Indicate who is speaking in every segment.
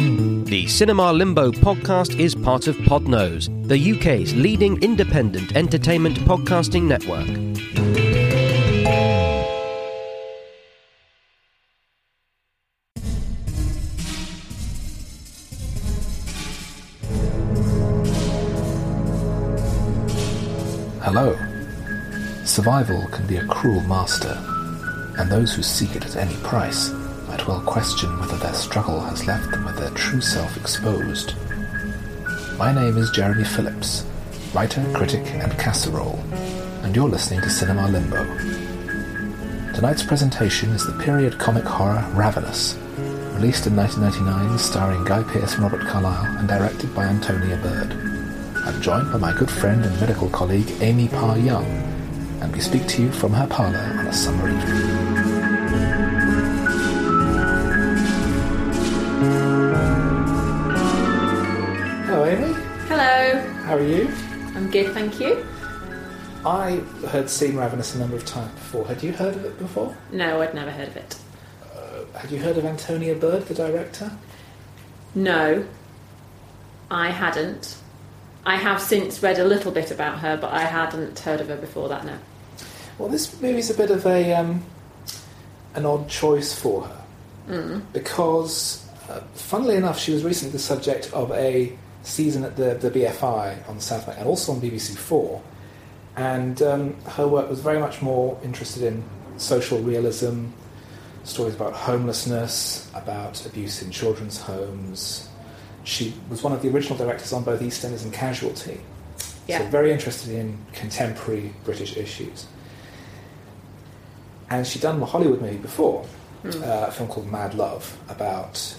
Speaker 1: The Cinema Limbo podcast is part of Podnose, the UK's leading independent entertainment podcasting network.
Speaker 2: Hello. Survival can be a cruel master, and those who seek it at any price might well question whether their struggle has left them with their true self exposed. My name is Jeremy Phillips, writer, critic, and casserole, and you're listening to Cinema Limbo. Tonight's presentation is the period comic horror Ravenous, released in 1999, starring Guy Pearce and Robert Carlyle, and directed by Antonia Bird. I'm joined by my good friend and medical colleague Amy Parr Young, and we speak to you from her parlour on a summer evening. Hello, Amy.
Speaker 3: Hello,
Speaker 2: How are you?
Speaker 3: I'm good, thank you.
Speaker 2: I had seen Ravenous a number of times before. Had you heard of it before?
Speaker 3: No, I'd never heard of it.
Speaker 2: Had you heard of Antonia Bird, the director?
Speaker 3: No, I hadn't. I have since read a little bit about her, but I hadn't heard of her before that. No,
Speaker 2: Well, this movie's a bit of a um, an odd choice for her because, uh, funnily enough, she was recently the subject of a season at the, the BFI on South Bank and also on BBC Four, and um, her work was very much more interested in social realism, stories about homelessness, about abuse in children's homes. She was one of the original directors on both EastEnders and Casualty. So
Speaker 3: yeah,
Speaker 2: very interested in contemporary British issues. And she'd done a Hollywood movie before, uh, a film called Mad Love, about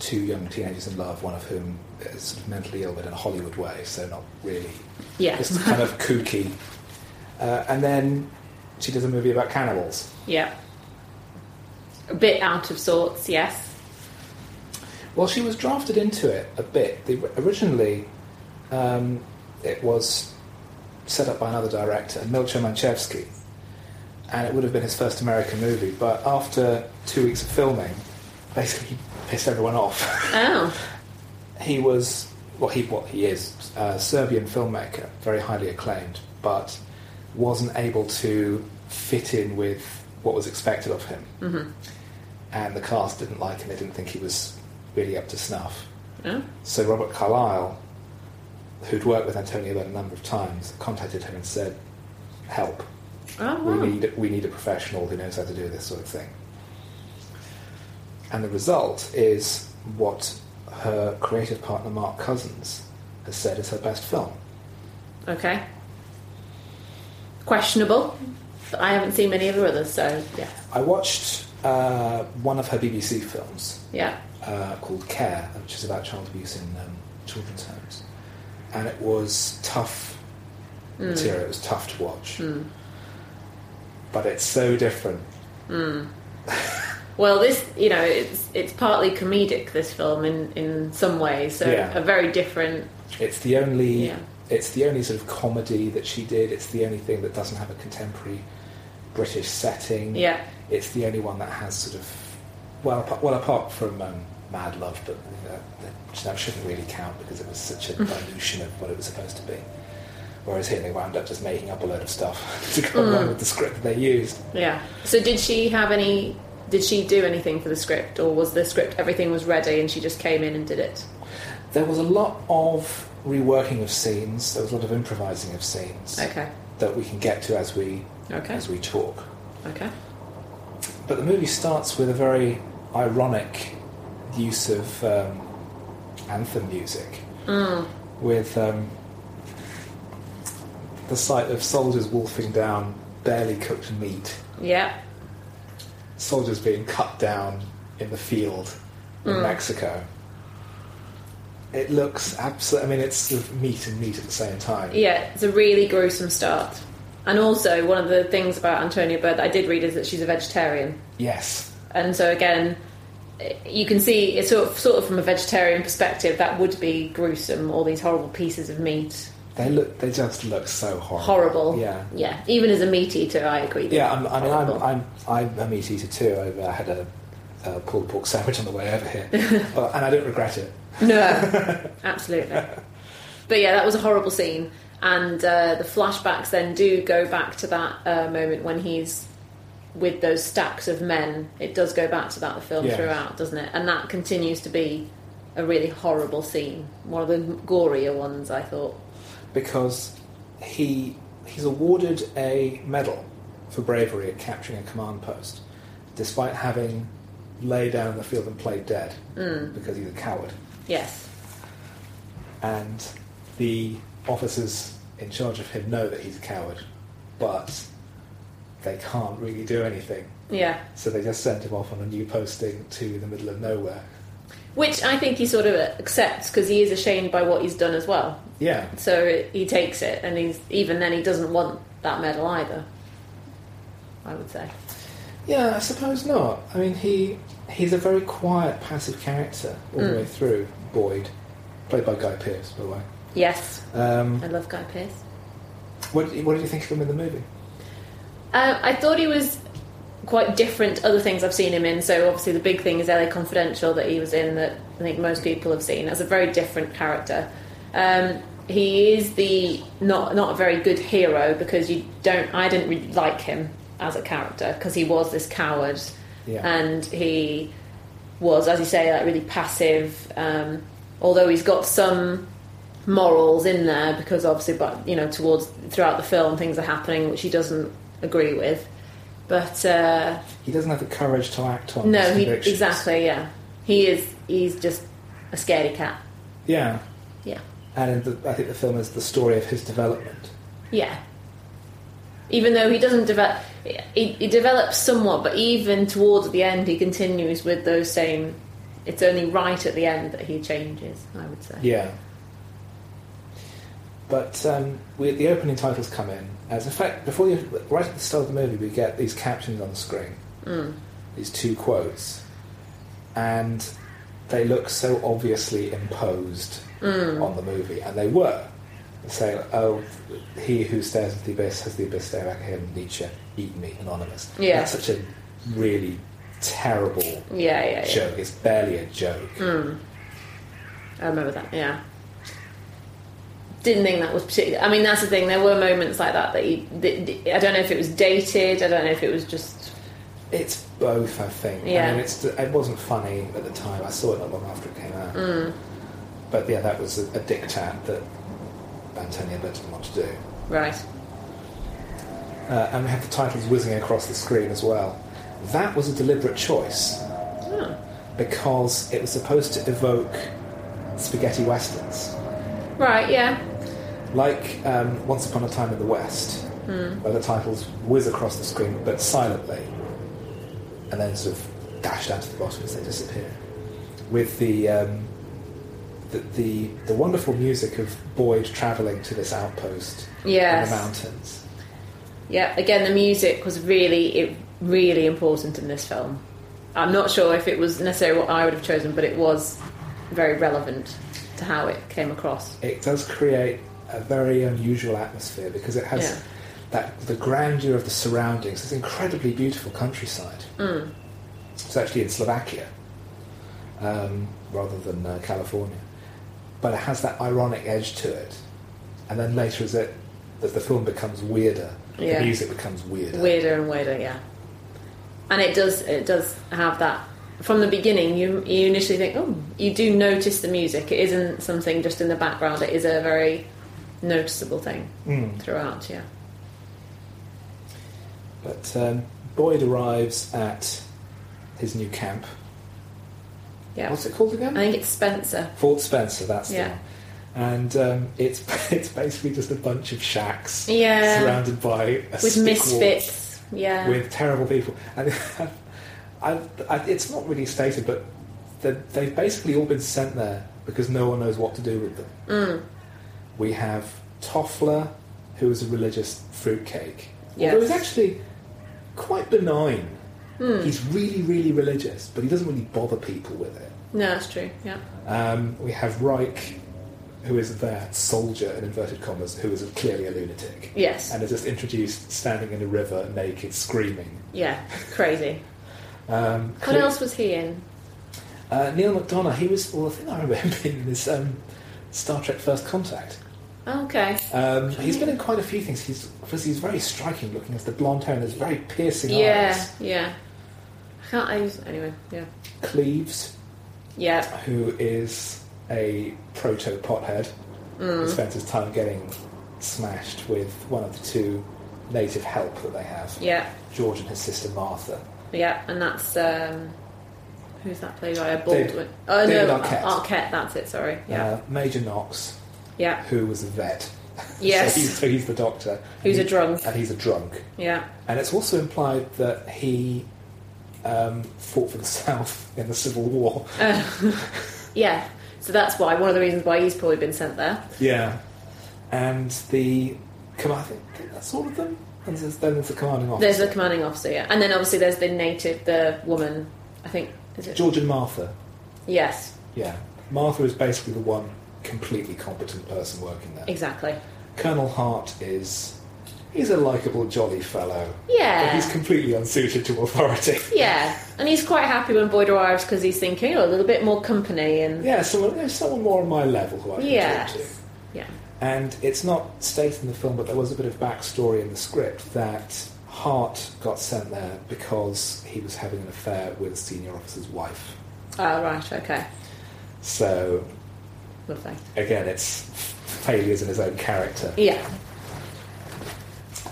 Speaker 2: two young teenagers in love, one of whom is sort of mentally ill, but in a Hollywood way, so not really.
Speaker 3: yeah,
Speaker 2: Just kind of kooky. Uh, and then she does a movie about cannibals.
Speaker 3: yeah. A bit out of sorts, yes.
Speaker 2: Well, she was drafted into it a bit. The, originally, um, it was set up by another director, Milcho Manchevsky, and it would have been his first American movie. But after two weeks of filming, basically he pissed everyone off.
Speaker 3: Oh,
Speaker 2: he was what he what he is a Serbian filmmaker, very highly acclaimed, but wasn't able to fit in with what was expected of him.
Speaker 3: Mhm.
Speaker 2: And the cast didn't like him; they didn't think he was really up to snuff.
Speaker 3: oh,
Speaker 2: So Robert Carlyle, who'd worked with Antonio Bird a number of times, contacted him and said, "Help!
Speaker 3: oh
Speaker 2: We
Speaker 3: wow.
Speaker 2: need we need a professional who knows how to do this sort of thing." And the result is what her creative partner Mark Cousins has said is her best film.
Speaker 3: Okay. Questionable. But I haven't seen many of her others, so yeah,
Speaker 2: I watched uh, one of her BBC films,
Speaker 3: yeah,
Speaker 2: uh, called Care, which is about child abuse in um, children's homes. And it was tough material, it was tough to watch. But it's so different.
Speaker 3: Well, this, you know, it's it's partly comedic. This film, in in some ways, so
Speaker 2: Yeah.
Speaker 3: a very different.
Speaker 2: It's the only
Speaker 3: Yeah.
Speaker 2: it's the only sort of comedy that she did. It's the only thing that doesn't have a contemporary British setting.
Speaker 3: Yeah,
Speaker 2: It's the only one that has sort of well, apart, well apart from um, Mad Love, but uh, that- that shouldn't really count because it was such a dilution of what it was supposed to be. Whereas here they wound up just making up a load of stuff
Speaker 3: Hmm.
Speaker 2: to go along with the script that they used.
Speaker 3: yeah. So, did she have any? Did she do anything for the script, or was the script everything was ready and she just came in and did it?
Speaker 2: There was a lot of reworking of scenes. There was a lot of improvising of scenes
Speaker 3: Okay,
Speaker 2: that we can get to as we
Speaker 3: okay,
Speaker 2: as we talk.
Speaker 3: okay.
Speaker 2: But the movie starts with a very ironic use of um, anthem music,
Speaker 3: Mm.
Speaker 2: with um, the sight of soldiers wolfing down barely cooked meat,
Speaker 3: Yeah,
Speaker 2: soldiers being cut down in the field in
Speaker 3: Mm.
Speaker 2: Mexico. It looks absolutely. I mean, it's sort of meat and meat at the same time.
Speaker 3: yeah. It's a really gruesome start. And also, one of the things about Antonia Bird that I did read is that she's a vegetarian.
Speaker 2: Yes.
Speaker 3: And so again, you can see it's sort of, sort of from a vegetarian perspective that would be gruesome. All these horrible pieces of meat,
Speaker 2: They look. They just look so horrible.
Speaker 3: horrible.
Speaker 2: Yeah.
Speaker 3: yeah. Even as a meat eater, I agree.
Speaker 2: Yeah, I'm, I mean, I'm,
Speaker 3: Horrible.
Speaker 2: I'm, I'm a meat eater too. I, I had a uh, pulled pork sandwich on the way over here, Uh, and I don't regret it.
Speaker 3: No, absolutely. But yeah, that was a horrible scene, and uh, the flashbacks then do go back to that uh, moment when he's with those stacks of men. It does go back to that the film
Speaker 2: Yeah.
Speaker 3: throughout, doesn't it? And that continues to be a really horrible scene, one of the gorier ones, I thought.
Speaker 2: because he he's awarded a medal for bravery at capturing a command post, despite having lay down in the field and played dead because he's a coward.
Speaker 3: Yes,
Speaker 2: And the officers in charge of him know that he's a coward, but they can't really do anything.
Speaker 3: yeah.
Speaker 2: So they just send him off on a new posting to the middle of nowhere.
Speaker 3: Which I think he sort of accepts because he is ashamed by what he's done as well.
Speaker 2: Yeah,
Speaker 3: So it, he takes it, and he's even then he doesn't want that medal either. I would say.
Speaker 2: Yeah, I suppose not. I mean, he he's a very quiet, passive character all
Speaker 3: Hmm.
Speaker 2: the way through. Boyd, played by Guy Pearce, by the way.
Speaker 3: Yes,
Speaker 2: Um,
Speaker 3: I love Guy Pearce.
Speaker 2: what did you- what did you think of him in the movie?
Speaker 3: Um, I thought he was quite different to other things I've seen him in. So obviously the big thing is LA Confidential that he was in that I think most people have seen as a very different character. Um, he is the not not a very good hero because you don't I didn't really like him as a character because he was this coward
Speaker 2: Yeah.
Speaker 3: and he was as you say like really passive. Um, although he's got some morals in there because obviously but you know towards throughout the film things are happening which he doesn't agree with but uh,
Speaker 2: He doesn't have the courage to act on
Speaker 3: no
Speaker 2: his
Speaker 3: he
Speaker 2: convictions.
Speaker 3: exactly yeah he is he's just a scaredy cat
Speaker 2: Yeah,
Speaker 3: yeah
Speaker 2: and in the, I think the film is the story of his development.
Speaker 3: yeah even though he doesn't develop he, he develops somewhat but even towards the end he continues with those same it's only right at the end that he changes i would say
Speaker 2: Yeah. But um, we, the opening titles come in as in fact before you right at the start of the movie we get these captions on the screen,
Speaker 3: Mm.
Speaker 2: these two quotes, and they look so obviously imposed
Speaker 3: Mm.
Speaker 2: on the movie, and they were. Saying, "Oh, he who stares at the abyss has the abyss stare back at him." Nietzsche, eat me, anonymous.
Speaker 3: Yeah.
Speaker 2: that's such a really terrible
Speaker 3: yeah yeah, yeah.
Speaker 2: joke. It's barely a joke.
Speaker 3: I remember that. Yeah. Didn't think that was particular. I mean, that's the thing. There were moments like that that he. That, I don't know if it was dated. I don't know if it was just.
Speaker 2: It's both, I think. I
Speaker 3: Yeah.
Speaker 2: mean, it's, it wasn't funny at the time. I saw it not long after it came out. But yeah, that was a, a diktat that Antonio Banton didn't want to do.
Speaker 3: Right.
Speaker 2: Uh, and we have the titles whizzing across the screen as well. That was a deliberate choice
Speaker 3: Oh.
Speaker 2: because it was supposed to evoke spaghetti westerns.
Speaker 3: Right. Yeah.
Speaker 2: Like um, Once Upon a Time in the West, where the titles whiz across the screen but silently, and then sort of dash down to the bottom as they disappear. With the um, the, the the wonderful music of Boyd travelling to this outpost
Speaker 3: Yes.
Speaker 2: in the mountains.
Speaker 3: Yeah. Again, the music was really, it really important in this film. I'm not sure if it was necessarily what I would have chosen, but it was very relevant to how it came across.
Speaker 2: It does create a very unusual atmosphere because it has
Speaker 3: Yeah.
Speaker 2: that the grandeur of the surroundings. It's incredibly beautiful countryside.
Speaker 3: Mm.
Speaker 2: It's actually in Slovakia um, rather than uh, California. But it has that ironic edge to it. And then later, as, it, as the film becomes weirder,
Speaker 3: Yeah.
Speaker 2: the music becomes weirder.
Speaker 3: weirder and weirder yeah and it does it does have that from the beginning you you initially think oh you do notice the music it isn't something just in the background it is a very noticeable thing
Speaker 2: Mm.
Speaker 3: throughout yeah
Speaker 2: But um, Boyd arrives at his new camp.
Speaker 3: yeah
Speaker 2: What's it called
Speaker 3: i
Speaker 2: again?
Speaker 3: think it's spencer
Speaker 2: Fort Spencer, that's
Speaker 3: Yeah.
Speaker 2: the one. And um, it's it's basically just a bunch of shacks
Speaker 3: Yeah.
Speaker 2: surrounded by a
Speaker 3: with
Speaker 2: stick wall
Speaker 3: misfits yeah
Speaker 2: with terrible people. And I, I, it's not really stated, but they- they've basically all been sent there because no one knows what to do with them.
Speaker 3: Mm,
Speaker 2: We have Toffler, who is a religious fruitcake.
Speaker 3: Yes.
Speaker 2: Although he's actually quite benign.
Speaker 3: Hmm.
Speaker 2: He's really, really religious, but he doesn't really bother people with it.
Speaker 3: no that's true yeah
Speaker 2: Um, we have Reich, who is their soldier in inverted commas, who is clearly a lunatic,
Speaker 3: yes
Speaker 2: and is just introduced standing in a river naked, screaming.
Speaker 3: yeah crazy
Speaker 2: Um,
Speaker 3: What else was he in?
Speaker 2: Uh, Neil McDonough, he was, well, the thing I remember him being in is um, Star Trek First Contact.
Speaker 3: Okay.
Speaker 2: Um, he's been in quite a few things. He's obviously he's very striking looking. Has the blonde hair and his very piercing
Speaker 3: Yeah,
Speaker 2: eyes.
Speaker 3: yeah. I can't. I just, anyway, yeah,
Speaker 2: Cleves,
Speaker 3: yeah.
Speaker 2: who is a proto pothead,
Speaker 3: mm,
Speaker 2: who
Speaker 3: Mm-hmm.
Speaker 2: spends his time getting smashed with one of the two native help that they have.
Speaker 3: Yeah,
Speaker 2: George and his sister Martha.
Speaker 3: yeah, and that's um, who's that played by? Baldwin.
Speaker 2: David-
Speaker 3: oh
Speaker 2: David
Speaker 3: no,
Speaker 2: Arquette.
Speaker 3: Arquette. That's it. Sorry. Yeah,
Speaker 2: Uh, Major Knox,
Speaker 3: yeah,
Speaker 2: who was a vet.
Speaker 3: Yes.
Speaker 2: so, he's, so he's the doctor. and
Speaker 3: Who's a
Speaker 2: he-
Speaker 3: drunk.
Speaker 2: And he's a drunk.
Speaker 3: yeah.
Speaker 2: And it's also implied that he um, fought for the South in the Civil War.
Speaker 3: Yeah. So that's why one of the reasons why he's probably been sent there.
Speaker 2: Yeah. And the come I think that's all of them. And there's, then there's the commanding officer.
Speaker 3: There's the commanding officer, yeah, and then obviously there's the native, the woman. I think is it?
Speaker 2: George and Martha.
Speaker 3: Yes,
Speaker 2: Yeah. Martha is basically the one completely competent person working there.
Speaker 3: exactly.
Speaker 2: Colonel Hart is he's a likable jolly fellow. But
Speaker 3: Yeah.
Speaker 2: he's completely unsuited to authority.
Speaker 3: Yeah, and he's quite happy when Boyd arrives because he's thinking, oh, a little bit more company and
Speaker 2: Yeah, someone there's someone more on my level who I can talk to.
Speaker 3: yes, yeah,
Speaker 2: And it's not stated in the film, but there was a bit of backstory in the script that Hart got sent there because he was having an affair with a senior officer's wife.
Speaker 3: oh right, okay,
Speaker 2: So
Speaker 3: lovely,
Speaker 2: again, it's failures in his own character.
Speaker 3: yeah,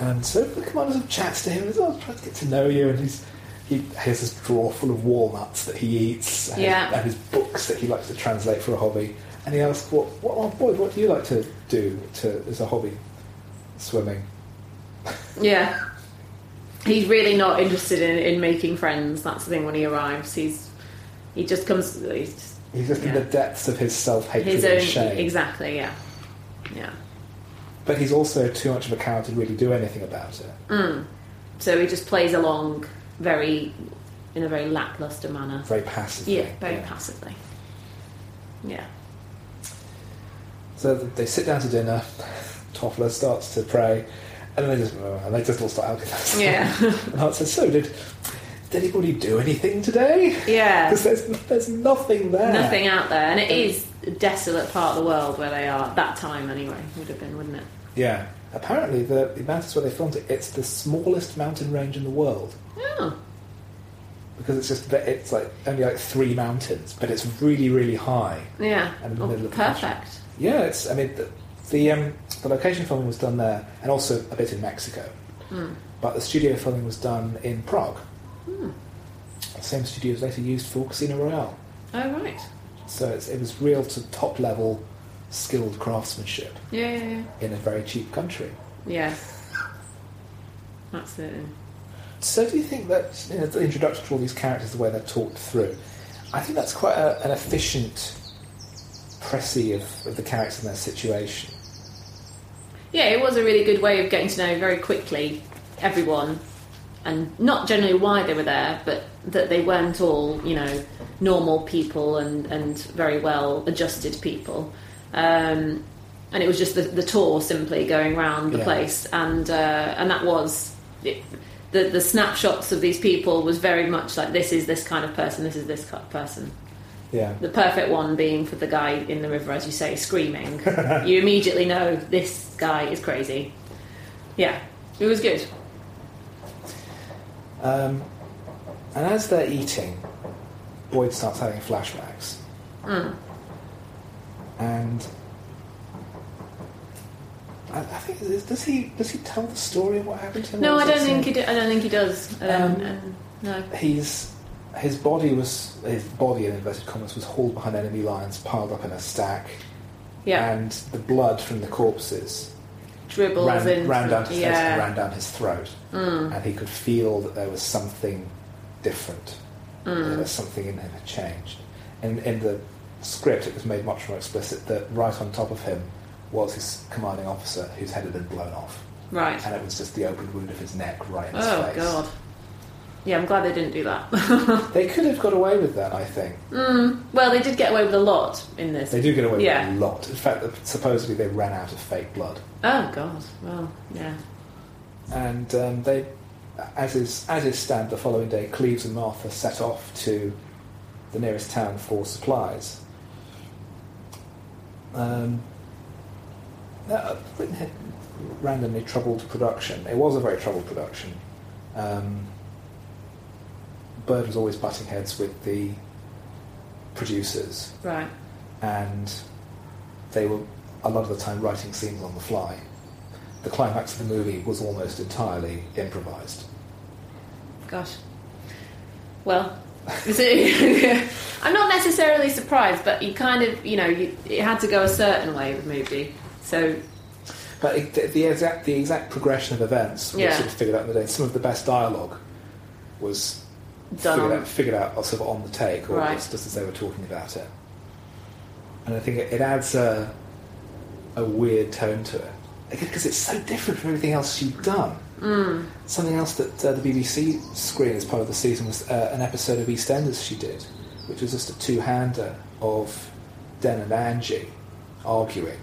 Speaker 2: And so the commander sort of chats to him and says, "Oh, I'm trying to get to know you." And he's he has this drawer full of walnuts that he eats and,
Speaker 3: Yeah.
Speaker 2: and his books that he likes to translate for a hobby. And he asks, "What, what, oh, boy, what do you like to do to, as a hobby?" Swimming.
Speaker 3: yeah. He's really not interested in, in making friends. That's the thing when he arrives. He's he just comes. He's just
Speaker 2: He's just in
Speaker 3: Yeah.
Speaker 2: the depths of his self hatred
Speaker 3: his
Speaker 2: and
Speaker 3: own
Speaker 2: shame.
Speaker 3: exactly. Yeah, yeah.
Speaker 2: But he's also too much of a coward to really do anything about it.
Speaker 3: So he just plays along very in a very lackluster manner.
Speaker 2: Very passively.
Speaker 3: Yeah, very passively. Yeah.
Speaker 2: So th- they sit down to dinner. Toffler starts to pray, and then they just and they just all start helping themselves.
Speaker 3: Yeah.
Speaker 2: and Hart says, "So did did anybody do anything today?
Speaker 3: Yeah.
Speaker 2: Because there's there's nothing there.
Speaker 3: Nothing out there, and it is a desolate part of the world where they are. That time, anyway, would have been, wouldn't it?
Speaker 2: Yeah. Apparently, the, the mountains where they filmed it, it's the smallest mountain range in the world
Speaker 3: Oh,
Speaker 2: because it's just ve- it's like only like three mountains, but it's really really high.
Speaker 3: yeah.
Speaker 2: And in the
Speaker 3: Oh,
Speaker 2: middle of the
Speaker 3: perfect.
Speaker 2: Yeah, it's. I mean, the the, um, the location filming was done there, and also a bit in Mexico.
Speaker 3: Hmm.
Speaker 2: But the studio filming was done in Prague. The same studio was later used for Casino Royale.
Speaker 3: Oh, right.
Speaker 2: So it's, it was real to top level, skilled craftsmanship
Speaker 3: Yeah, yeah, yeah.
Speaker 2: in a very cheap country.
Speaker 3: Yeah. That's it.
Speaker 2: So do you think that you know, the introduction to all these characters, the way they're talked through, I think that's quite a, an efficient pressy of, of the characters and their situation.
Speaker 3: Yeah, it was a really good way of getting to know very quickly everyone, and not generally why they were there, but that they weren't all, you know, normal people and, and very well adjusted people. Um, and it was just the, the tour simply going round the
Speaker 2: Yeah.
Speaker 3: place, and uh, and that was it, the the snapshots of these people was very much like this is this kind of person, this is this kind of person.
Speaker 2: Yeah.
Speaker 3: The perfect one being for the guy in the river, as you say, screaming. you immediately know this guy is crazy. Yeah, it was good.
Speaker 2: Um, and as they're eating, Boyd starts having flashbacks.
Speaker 3: Mm.
Speaker 2: And I, I think is- does he does he tell the story of what happened to him?
Speaker 3: No,
Speaker 2: Or
Speaker 3: I
Speaker 2: is
Speaker 3: don't
Speaker 2: it
Speaker 3: think he.
Speaker 2: saying-
Speaker 3: Do, I don't think he does. I don't-
Speaker 2: Um,
Speaker 3: um, no.
Speaker 2: He's his body was his body in inverted commas was hauled behind enemy lines, piled up in a stack,
Speaker 3: Yeah,
Speaker 2: and the blood from the corpses
Speaker 3: dribbles
Speaker 2: ran,
Speaker 3: in.
Speaker 2: ran down his face and
Speaker 3: yeah, Mm,
Speaker 2: ran down his throat, and he could feel that there was something different.
Speaker 3: Mm.
Speaker 2: There was something in him had changed. And in the script, it was made much more explicit that right on top of him was his commanding officer, whose head had been blown off,
Speaker 3: right.
Speaker 2: and it was just the open wound of his neck right in his
Speaker 3: Oh
Speaker 2: face.
Speaker 3: god. Yeah, I'm glad they didn't do that. Mm.
Speaker 2: They could have got away with that, I think.
Speaker 3: well, they did get away with a lot in this.
Speaker 2: They do get away
Speaker 3: Yeah.
Speaker 2: with a lot. In fact, supposedly they ran out of fake blood.
Speaker 3: Oh god. Well, yeah.
Speaker 2: and um, they as is as is stabbed the following day, Cleves and Martha set off to the nearest town for supplies. Um, uh, Britain had randomly troubled production. It was a very troubled production. Um, Bird was always butting heads with the producers,
Speaker 3: Right.
Speaker 2: and they were a lot of the time writing scenes on the fly. The climax of the movie was almost entirely improvised.
Speaker 3: Gosh. Well, so- I'm not necessarily surprised, but you kind of, you know, you, it had to go a certain way with movie. So,
Speaker 2: But it, the, the exact the exact progression of events was
Speaker 3: Yeah.
Speaker 2: sort of figured out in the day. Some of the best dialogue was
Speaker 3: Done
Speaker 2: figured
Speaker 3: on-
Speaker 2: out, figured out sort of on the take, or
Speaker 3: Right.
Speaker 2: just, just as they were talking about it. And I think it, it adds a a weird tone to it because it's so different from everything else she'd done. Something else that uh, the BBC screened as part of the season was uh, an episode of EastEnders she did, which was just a two-hander of Den and Angie arguing.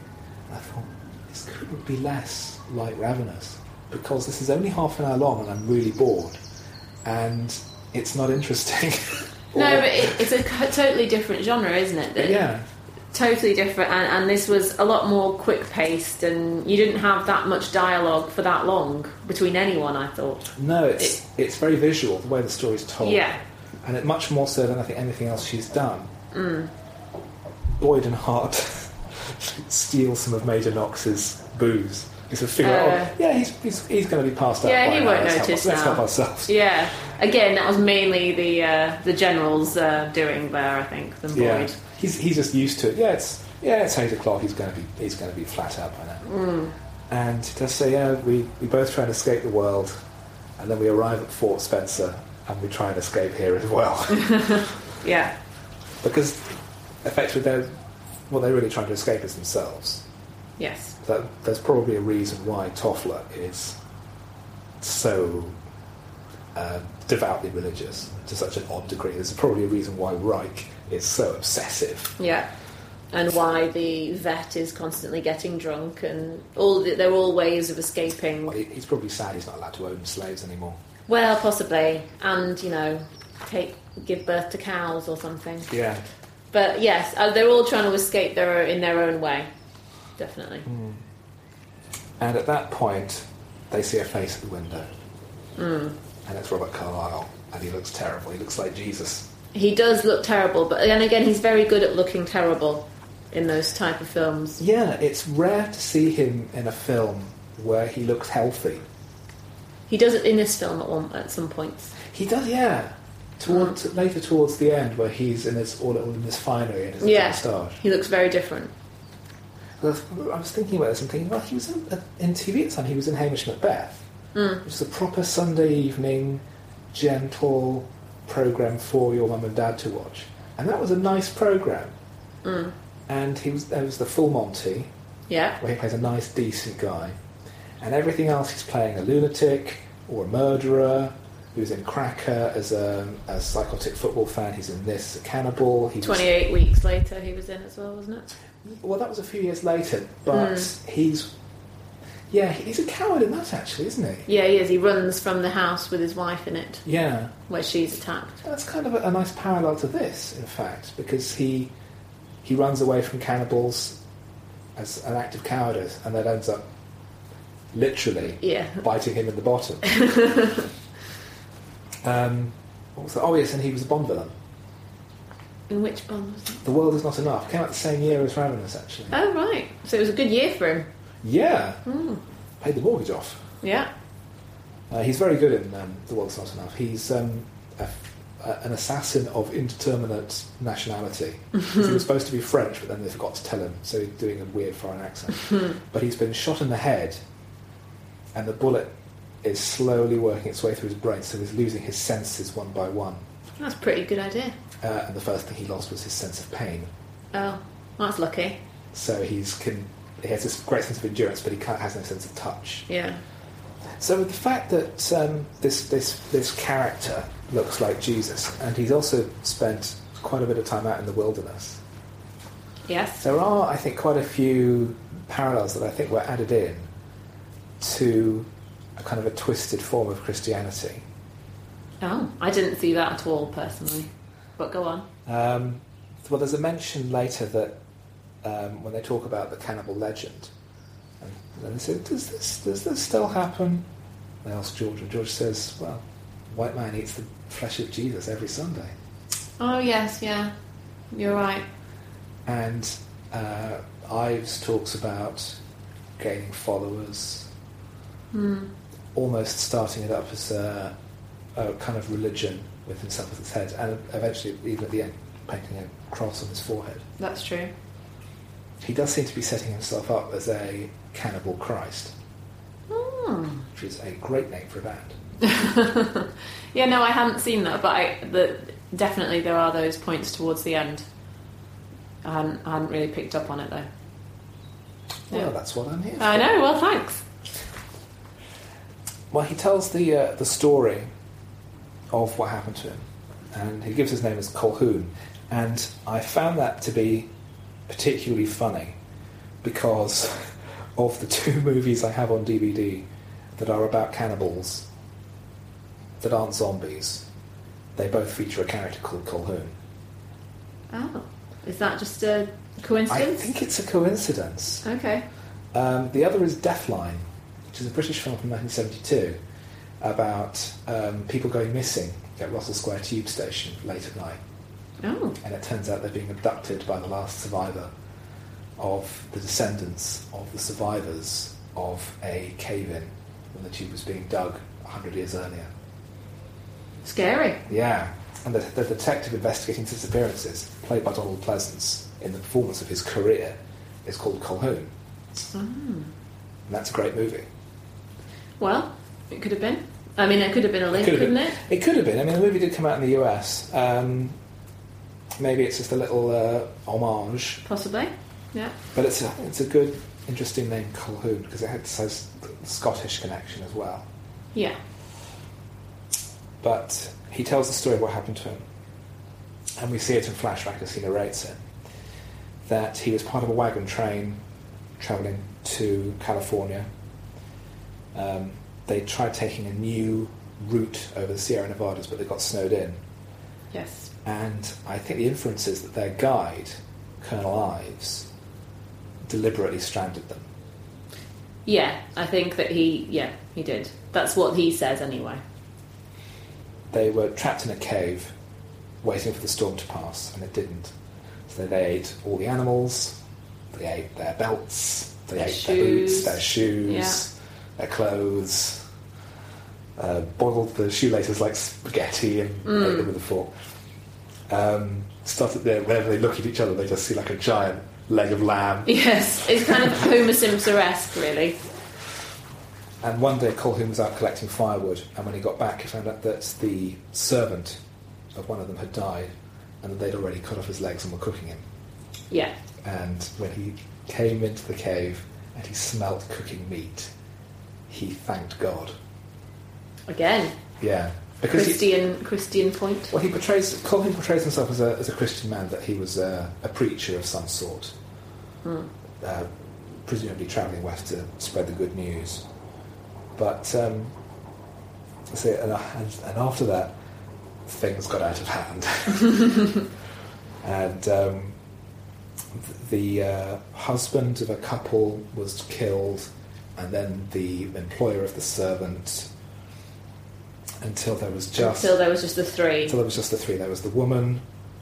Speaker 2: And I thought, this couldn't be less like Ravenous because this is only half an hour long and I'm really bored and it's not interesting.
Speaker 3: no,
Speaker 2: Or-
Speaker 3: but it, it's a co- totally different genre, isn't it? That-
Speaker 2: yeah,
Speaker 3: Totally different, and, and this was a lot more quick paced, and you didn't have that much dialogue for that long between anyone, I thought.
Speaker 2: no, it's it's very visual the way the story's told.
Speaker 3: Yeah.
Speaker 2: and it much more so than I think anything else she's done.
Speaker 3: Mm.
Speaker 2: Boyd and Hart steal some of Major Knox's booze. He's a figure.
Speaker 3: Uh.
Speaker 2: oh, yeah, he's he's, he's going to be passed out.
Speaker 3: Yeah,
Speaker 2: by
Speaker 3: he
Speaker 2: now.
Speaker 3: won't
Speaker 2: let's
Speaker 3: notice
Speaker 2: Help, Let's
Speaker 3: now.
Speaker 2: help ourselves.
Speaker 3: Yeah. Again, that was mainly the uh, the generals uh, doing there, I think, than Boyd.
Speaker 2: Yeah, he's he's just used to it. Yeah, it's yeah, it's eight o'clock. He's going to be he's going to be flat out by now.
Speaker 3: Mm.
Speaker 2: And he does say, yeah, we we both try and escape the world, and then we arrive at Fort Spencer and we try and escape here as well.
Speaker 3: Yeah.
Speaker 2: because effectively they're what they're really trying to escape is themselves.
Speaker 3: Yes.
Speaker 2: That there's probably a reason why Toffler is so uh, devoutly religious to such an odd degree. There's probably a reason why Reich is so obsessive.
Speaker 3: Yeah. And why the vet is constantly getting drunk, and all the, they're all ways of escaping.
Speaker 2: Well, he- He's probably sad he's not allowed to own slaves anymore.
Speaker 3: Well, possibly, and you know, take give birth to cows or something.
Speaker 2: Yeah.
Speaker 3: But yes, uh, they're all trying to escape their own, in their own way. Definitely.
Speaker 2: And at that point, they see a face at the window. And it's Robert Carlyle. And he looks terrible. He looks like Jesus.
Speaker 3: He does look terrible, but then again, he's very good at looking terrible in those type of films.
Speaker 2: Yeah, it's rare to see him in a film where he looks healthy.
Speaker 3: He does it in this film at one at some points.
Speaker 2: He does, yeah. Towards later, towards the end, where he's in his all in his finery and his
Speaker 3: Yeah.
Speaker 2: moustache.
Speaker 3: He looks very different.
Speaker 2: I was I was thinking about this and thinking, well, he was in, uh, in TV at the time. He was in Hamish Macbeth, which is a proper Sunday evening, gentle program for your mum and dad to watch, and that was a nice program. And he was there was the Full Monty,
Speaker 3: Yeah.
Speaker 2: where he plays a nice, decent guy, and everything else he's playing a lunatic or a murderer. He was in Cracker as a, as psychotic football fan. He's in this as a cannibal. He was-
Speaker 3: Twenty-eight weeks later, he was in as well, wasn't it?
Speaker 2: well, that was a few years later, but he's yeah, he's a coward in that actually, isn't he?
Speaker 3: Yeah, he is. He runs from the house with his wife in it,
Speaker 2: Yeah,
Speaker 3: where she's attacked.
Speaker 2: that's kind of a, a nice parallel to this, in fact, because he he runs away from cannibals as an act of cowardice, and that ends up literally
Speaker 3: Yeah.
Speaker 2: biting him in the bottom. um, what was that? Oh yes, and he was a Bond villain.
Speaker 3: In which Bond was it?
Speaker 2: The World Is Not Enough came out the same year as Ravenous, actually.
Speaker 3: Oh, right. So it was a good year for him. Hmm.
Speaker 2: Yeah, paid the mortgage off.
Speaker 3: Yeah.
Speaker 2: Uh, he's very good in um, The World's Not Enough. He's um, a, a- an assassin of indeterminate nationality. 'Cause he was supposed to be French, but then they forgot to tell him, so he's doing a weird foreign accent. but he's been shot in the head, and the bullet is slowly working its way through his brain, so he's losing his senses one by one.
Speaker 3: That's a pretty good idea.
Speaker 2: Uh, and the first thing he lost was his sense of pain.
Speaker 3: Oh, that's lucky.
Speaker 2: So he's can, he has this great sense of endurance, but he can't, has no sense of touch.
Speaker 3: Yeah.
Speaker 2: So with the fact that um, this, this this character looks like Jesus, and he's also spent quite a bit of time out in the wilderness,
Speaker 3: Yes.
Speaker 2: there are, I think, quite a few parallels that I think were added in to a kind of a twisted form of Christianity.
Speaker 3: Oh, I didn't see that at all personally. But go on.
Speaker 2: Um, well, there's a mention later that um, when they talk about the cannibal legend, and then they say, "Does this does this still happen?" They ask George, and George says, "Well, white man eats the flesh of Jesus every Sunday."
Speaker 3: Oh yes, yeah, you're right.
Speaker 2: And uh, Ives talks about gaining followers,
Speaker 3: Hmm.
Speaker 2: almost starting it up as a, a kind of religion with himself as its head, and eventually, even at the end, painting a cross on his forehead.
Speaker 3: That's true.
Speaker 2: He does seem to be setting himself up as a cannibal Christ,
Speaker 3: Hmm.
Speaker 2: which is a great name for a band.
Speaker 3: yeah, no, I haven't seen that, but I, the, definitely there are those points towards the end. I hadn't, I hadn't really picked up on it though.
Speaker 2: Well, that's what I'm here for.
Speaker 3: I know. Well, thanks.
Speaker 2: Well, he tells the uh, the story of what happened to him, and he gives his name as Colquhoun. And I found that to be particularly funny because of the two movies I have on DVD that are about cannibals that aren't zombies. They both feature a character called Colquhoun.
Speaker 3: Oh, is that just a
Speaker 2: I
Speaker 3: coincidence?
Speaker 2: think it's a coincidence.
Speaker 3: Okay.
Speaker 2: Um, the other is Deathline, which is a British film from 1972 about um, people going missing at Russell Square Tube Station late at night.
Speaker 3: Oh,
Speaker 2: And it turns out they're being abducted by the last survivor of the descendants of the survivors of a cave in when the tube was being dug 100 years earlier.
Speaker 3: scary.
Speaker 2: Yeah. And the, the detective investigating disappearances, played by Donald Pleasance, in the performance of his career, is called Colhoun. And that's a great movie.
Speaker 3: Hmm. Well, it could have been. I mean, it could have been a link,
Speaker 2: could have
Speaker 3: could
Speaker 2: been.
Speaker 3: not it?
Speaker 2: It could have been. I mean, the movie did come out in the US. Um, maybe it's just a little uh, homage,
Speaker 3: Possibly. Yeah.
Speaker 2: but it's a, it's a good, interesting name, Colhoun, because it has- has Scottish connection as well.
Speaker 3: Yeah.
Speaker 2: But he tells the story of what happened to him, and we see it in flashback as he narrates it. That he was part of a wagon train traveling to California. Um, they tried taking a new route over the Sierra Nevadas, but they got snowed in.
Speaker 3: Yes.
Speaker 2: And I think the inference is that their guide, Colonel Ives, deliberately stranded them.
Speaker 3: Yeah. I think that he. Yeah, he did. That's what he says anyway.
Speaker 2: They were trapped in a cave, waiting for the storm to pass, and it didn't. So they ate all the animals, they ate their belts, they
Speaker 3: Their
Speaker 2: ate their boots,
Speaker 3: shoes.
Speaker 2: their shoes, their clothes, uh, boiled the shoelaces like spaghetti and
Speaker 3: Mm.
Speaker 2: ate them with a fork. Um, started there, whenever they look at each other, they just see like a giant leg of lamb
Speaker 3: Yes. It's kind of Homer Simpson esque, really.
Speaker 2: And one day Colhoun was out collecting firewood, and when he got back, he found out that the servant of one of them had died, and that they'd already cut off his legs and were cooking him.
Speaker 3: Yeah.
Speaker 2: And when he came into the cave and he smelt cooking meat, he thanked God.
Speaker 3: Again,
Speaker 2: Yeah, because he,
Speaker 3: Christian Christian point.
Speaker 2: well, he portrays Colhoun portrays himself as a, as a Christian man that he was a, a preacher of some sort,
Speaker 3: Hmm.
Speaker 2: uh, presumably travelling west to spread the good news. But um, so, and, and, and after that, things got out of hand, and um, th- the uh, husband of a couple was killed, and then the employer of the servant. Until there was just
Speaker 3: Until there was just the three.
Speaker 2: so there was just the three. There was the woman,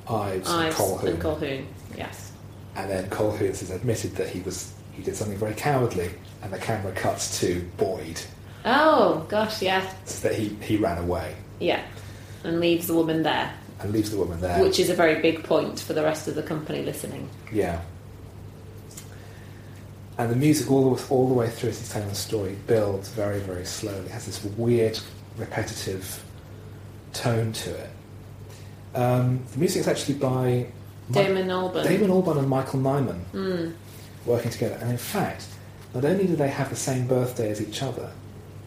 Speaker 2: Ives, and
Speaker 3: Ives
Speaker 2: Colhoun.
Speaker 3: and Colhoun. Yes.
Speaker 2: And then Colhoun has admitted that he was he did something very cowardly, and the camera cuts to Boyd,
Speaker 3: Oh gosh, yeah,
Speaker 2: so that he, he ran away
Speaker 3: yeah, and leaves the woman there,
Speaker 2: and leaves the woman there.
Speaker 3: which is a very big point for the rest of the company listening.
Speaker 2: yeah. And the music all the, all the way through as he's telling the story builds very, very slowly. It has this weird, repetitive tone to it. Um, the music's actually by Mi-
Speaker 3: Damon Albarn. Hmm.
Speaker 2: Damon Albarn and Michael Nyman working together. And in fact, not only do they have the same birthday as each other,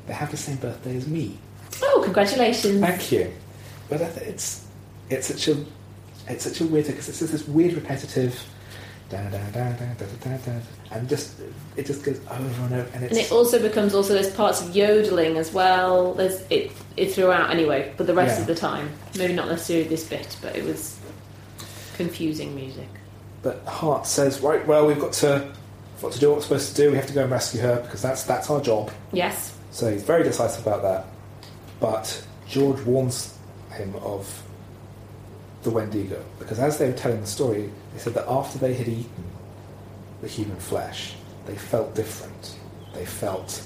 Speaker 2: they have the same birthday as me.
Speaker 3: Oh, congratulations!
Speaker 2: Thank you. But I th- it's it's such a it's such a weird because it's just this weird repetitive. da da da da da da da, and just it just goes over and over, and it's
Speaker 3: And it also becomes also there's parts of yodeling as well. There's it it throughout anyway, but the rest
Speaker 2: Yeah.
Speaker 3: of the time, maybe not necessarily this bit, but it was confusing music.
Speaker 2: But Hart says, right, well, we've got to, what to do what we're supposed to do. We have to go and rescue her because that's that's our job.
Speaker 3: Yes,
Speaker 2: So he's very decisive about that. But George warns him of the Wendigo because as they were telling the story, they said that after they had eaten the human flesh, they felt different. They felt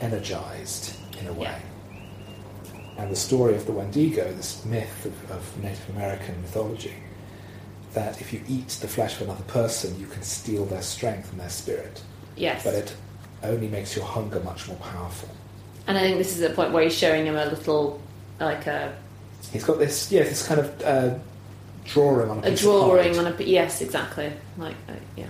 Speaker 2: energized in a way. And the story of the Wendigo, this myth of, of Native American mythology, that if you eat the flesh of another person, you can steal their strength and their spirit.
Speaker 3: yes.
Speaker 2: But it only makes your hunger much more powerful.
Speaker 3: And I think this is the point where he's showing him a little like a,
Speaker 2: He's got this, yeah, this kind of uh, drawing on a,
Speaker 3: a
Speaker 2: piece
Speaker 3: drawing
Speaker 2: of
Speaker 3: on
Speaker 2: hard.
Speaker 3: a yes, exactly. Like uh, yeah,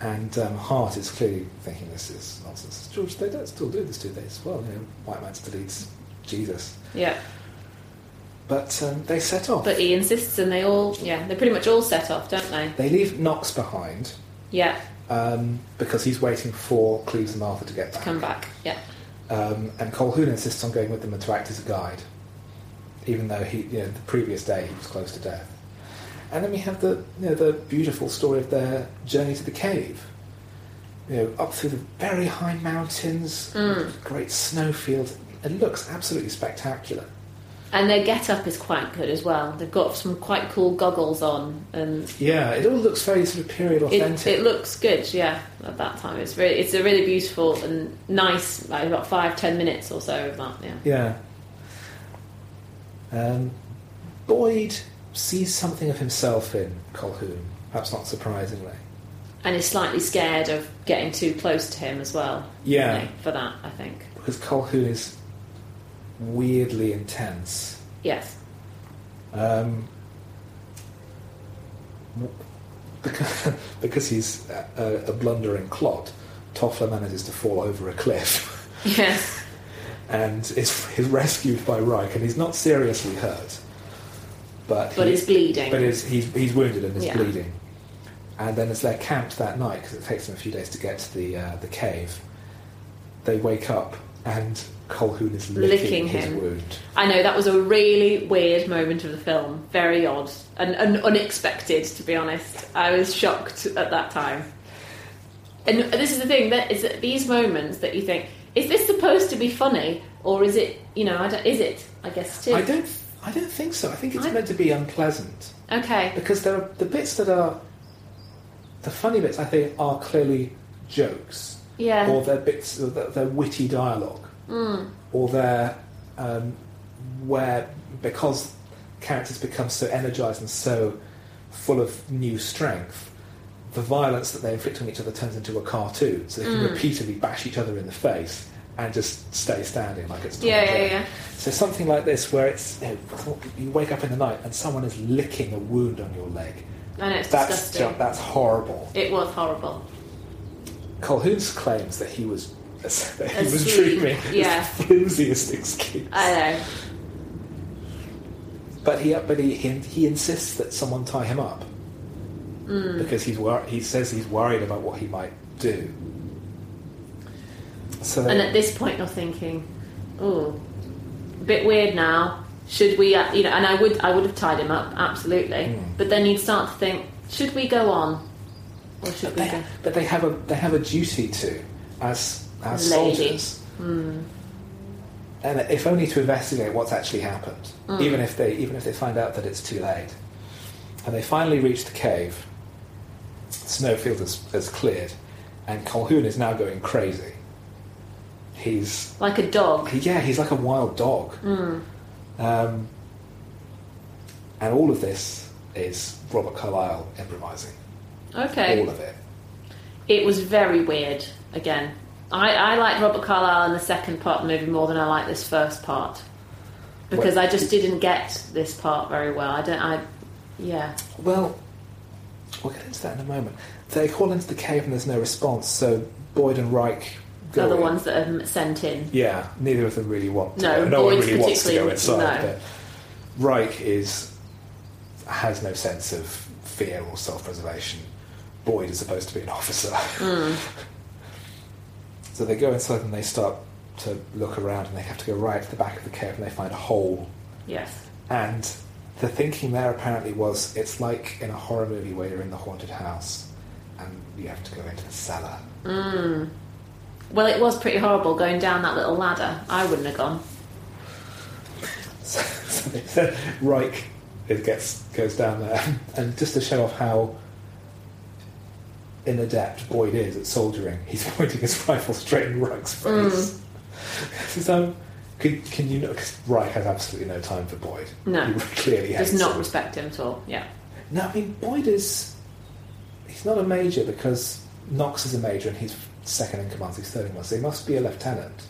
Speaker 2: And um, Hart is clearly thinking this is nonsense. George, they don't still do this, do they? As well, you know, white man still eats Jesus.
Speaker 3: yeah.
Speaker 2: But um, they set off.
Speaker 3: But he insists, and they all yeah, they pretty much all set off, don't they?
Speaker 2: they leave Knox behind
Speaker 3: Yeah,
Speaker 2: um, because he's waiting for Cleves and Martha to get
Speaker 3: to
Speaker 2: back.
Speaker 3: come back. Yeah,
Speaker 2: Um, and Colquhoun insists on going with them and to act as a guide, even though he, you know, the previous day he was close to death. And then we have the, you know, the beautiful story of their journey to the cave, you know, up through the very high mountains,
Speaker 3: Hmm.
Speaker 2: great snowfield. It looks absolutely spectacular.
Speaker 3: and their get up is quite good as well. They've got some quite cool goggles on, and
Speaker 2: Yeah, it all looks very sort of period
Speaker 3: It,
Speaker 2: authentic.
Speaker 3: it looks good, yeah. At that time, it's really, it's a really beautiful and nice, like about five ten minutes or so of that. Yeah,
Speaker 2: Yeah. Um, Boyd sees something of himself in Colquhoun, perhaps not surprisingly.
Speaker 3: and is slightly scared of getting too close to him as well.
Speaker 2: Yeah.
Speaker 3: you know, for that, I think.
Speaker 2: because Colquhoun is weirdly intense.
Speaker 3: Yes,
Speaker 2: Um, because, because he's a, a, a blundering clod, Toffler manages to fall over a cliff
Speaker 3: yes,
Speaker 2: and is, is rescued by Reich, and he's not seriously hurt, but
Speaker 3: but
Speaker 2: he-
Speaker 3: it's bleeding.
Speaker 2: but is, he's he's wounded and is
Speaker 3: Yeah.
Speaker 2: bleeding. And then as they're camped that night, because it takes them a few days to get to the uh, the cave, they wake up and Colquhoun is licking,
Speaker 3: Licking
Speaker 2: his
Speaker 3: him.
Speaker 2: wound.
Speaker 3: I know that was a really weird moment of the film, very odd and, and unexpected. To be honest, I was shocked at that time. And this is the thing that is that these moments that you think, is this supposed to be funny or is it? You know, I don't, is it? I guess too.
Speaker 2: I don't I don't think so. I think it's
Speaker 3: I-
Speaker 2: meant to be unpleasant
Speaker 3: Okay.
Speaker 2: because there are the bits that are the funny bits. I think are clearly jokes,
Speaker 3: Yeah. Hmm.
Speaker 2: or they're bits they're, they're witty dialogue, or they're um, where because characters become so energized and so full of new strength. The violence that they inflict on each other turns into a cartoon, so they
Speaker 3: Mm.
Speaker 2: can repeatedly bash each other in the face and just stay standing like it's Tom
Speaker 3: yeah,
Speaker 2: and
Speaker 3: yeah,
Speaker 2: Jerry.
Speaker 3: yeah.
Speaker 2: So something like this, where it's you, know, you wake up in the night and someone is licking a wound on your leg.
Speaker 3: I know it's
Speaker 2: That's
Speaker 3: disgusting.
Speaker 2: ju- that's horrible.
Speaker 3: It was horrible.
Speaker 2: Colquhoun's claims that he was that he was
Speaker 3: Asleep,
Speaker 2: dreaming
Speaker 3: yeah.
Speaker 2: is the flimsiest excuse.
Speaker 3: I know.
Speaker 2: But he but he, he he insists that someone tie him up
Speaker 3: Mm.
Speaker 2: because he's wor- he says he's worried about what he might do. So
Speaker 3: And at this point, you're thinking, "Oh, a bit weird now. Should we? uh, You know?" And I would, I would have tied him up absolutely.
Speaker 2: Hmm.
Speaker 3: But then you'd start to think, "Should we go on, or should we go?"
Speaker 2: they, but they have a they have a duty to as as
Speaker 3: Lady. Mm.
Speaker 2: soldiers, and if only to investigate what's actually happened,
Speaker 3: Mm.
Speaker 2: even if they even if they find out that it's too late. And they finally reach the cave. Snowfield is, is cleared, and Colquhoun is now going crazy. He's
Speaker 3: Like a dog.
Speaker 2: he- yeah, he's like a wild dog. Um, and all of this is Robert Carlyle improvising.
Speaker 3: Okay.
Speaker 2: All of it.
Speaker 3: It was very weird. Again, I, I like Robert Carlyle in the second part of the movie more than I like this first part because
Speaker 2: Well-
Speaker 3: I just didn't get this part very well. I don't. I yeah.
Speaker 2: Well, we'll get into that in a moment. They call into the cave and there's no response, so Boyd and Reich go.
Speaker 3: They're the
Speaker 2: in.
Speaker 3: ones that are sent in.
Speaker 2: Yeah, neither of them really want to.
Speaker 3: No,
Speaker 2: go. no one
Speaker 3: Boyd's
Speaker 2: really wants to go
Speaker 3: particularly-
Speaker 2: inside.
Speaker 3: no.
Speaker 2: But Reich is has no sense of fear or self-preservation. Boyd is supposed to be an officer.
Speaker 3: Hmm.
Speaker 2: so they go inside and they start to look around and they have to go right to the back of the cave and they find a hole.
Speaker 3: Yes.
Speaker 2: And the thinking there apparently was it's like in a horror movie where you're in the haunted house and you have to go into the cellar.
Speaker 3: Well, it was pretty horrible going down that little ladder. I wouldn't have gone.
Speaker 2: So, so they said Reich it gets goes down there, and just to show off how inadept Boyd is at soldiering, he's pointing his rifle straight in Reich's
Speaker 3: Mm.
Speaker 2: face. so, can, can you? Because Reich has absolutely no time for Boyd.
Speaker 3: No.
Speaker 2: he clearly hates
Speaker 3: Does not
Speaker 2: him.
Speaker 3: respect him at all. Yeah.
Speaker 2: No, I mean Boyd is he's not a major because Knox is a major and he's second in command. He's third in command, so he must be a lieutenant.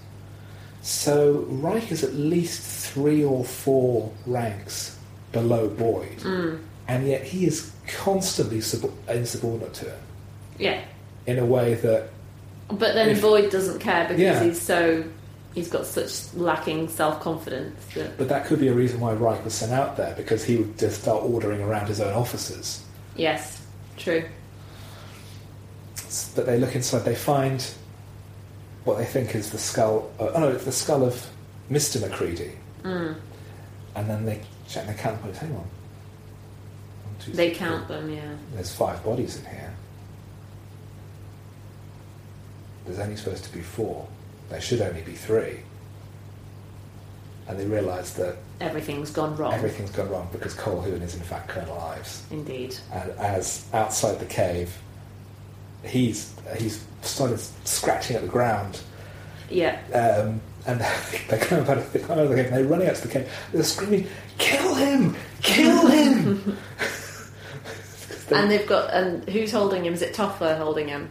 Speaker 2: So Reich is at least three or four ranks below Boyd, and yet he is constantly sub- insubordinate to him
Speaker 3: Yeah.
Speaker 2: in a way that
Speaker 3: But then
Speaker 2: If-
Speaker 3: Void doesn't care because
Speaker 2: Yeah.
Speaker 3: he's so he's got such lacking self confidence that
Speaker 2: but that could be a reason why Reich was sent out there because he would just start ordering around his own officers.
Speaker 3: yes, true.
Speaker 2: But they look inside, they find what they think is the skull. Uh, oh no, it's the skull of Mr. Macready.
Speaker 3: Hmm.
Speaker 2: And then they check and they count the bodies. Hang on. One, two,
Speaker 3: They
Speaker 2: three,
Speaker 3: count them, yeah.
Speaker 2: four. There's five bodies in here. There's only supposed to be four. There should only be three. And they realise that
Speaker 3: Everything's gone wrong.
Speaker 2: everything's gone wrong because Colquhoun is in fact Colonel Ives
Speaker 3: Indeed.
Speaker 2: and as outside the cave, he's he's started scratching at the ground,
Speaker 3: Yeah.
Speaker 2: um, and they're coming out of the, coming out of the cave. And they're running out to the cave. They're screaming, "Kill him! Kill him!"
Speaker 3: And they've got and who's holding him? Is it Toffler holding him?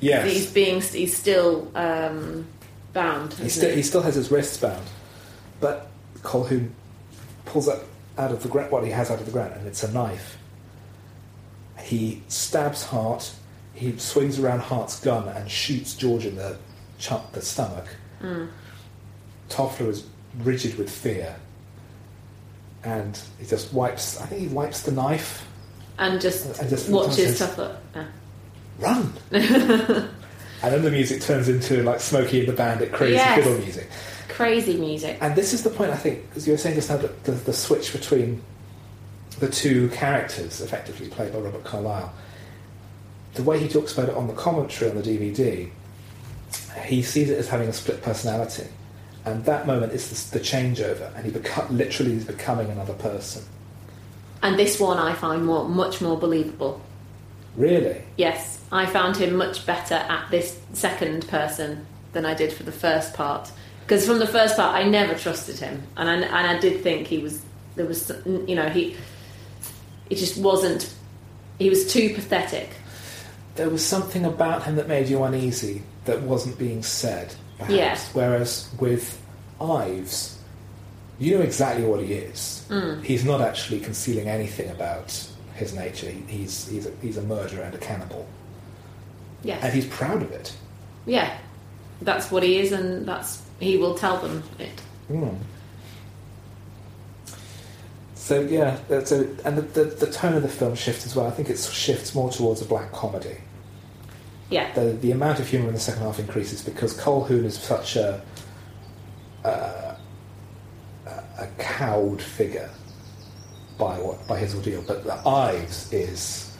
Speaker 2: yes,
Speaker 3: He's being he's still um, bound.
Speaker 2: he,
Speaker 3: isn't
Speaker 2: still
Speaker 3: he?
Speaker 2: he still has his wrists bound, but Colquhoun pulls up out of the ground what he has out of the ground, and it's a knife. He stabs Hart. He swings around Hart's gun and shoots George in the chump, the stomach. Toffler is rigid with fear, and he just wipes. I think he wipes the knife.
Speaker 3: and just,
Speaker 2: and just-
Speaker 3: watches
Speaker 2: just-
Speaker 3: Toffler. Ah.
Speaker 2: Run. And then the music turns into like Smokey and the Bandit crazy
Speaker 3: Yes.
Speaker 2: fiddle music.
Speaker 3: Crazy music.
Speaker 2: And this is the point, I think, because you were saying just now that the, the switch between the two characters, effectively played by Robert Carlyle, the way he talks about it on the commentary on the DVD, he sees it as having a split personality. And that moment is the, the changeover, and he beco- literally is becoming another person.
Speaker 3: And this one I find more much more believable.
Speaker 2: Really?
Speaker 3: Yes, I found him much better at this second person than I did for the first part. Because from the first part, I never trusted him, and I, and I did think he was there was you know he it just wasn't he was too pathetic.
Speaker 2: There was something about him that made you uneasy that wasn't being said, perhaps.
Speaker 3: Yeah.
Speaker 2: Whereas with Ives, you know exactly what he is. He's not actually concealing anything about his nature. He- He's, he's, a, he's a murderer and a cannibal.
Speaker 3: Yes,
Speaker 2: And he's proud of it.
Speaker 3: yeah, that's what he is, and that's he will tell them it.
Speaker 2: Mm. So, yeah, that's a, and the, the, the tone of the film shifts as well. I think it shifts more towards a black comedy.
Speaker 3: Yeah,
Speaker 2: the, the amount of humour in the second half increases because Colquhoun is such a uh, a cowed figure by what by his ordeal, but Ives is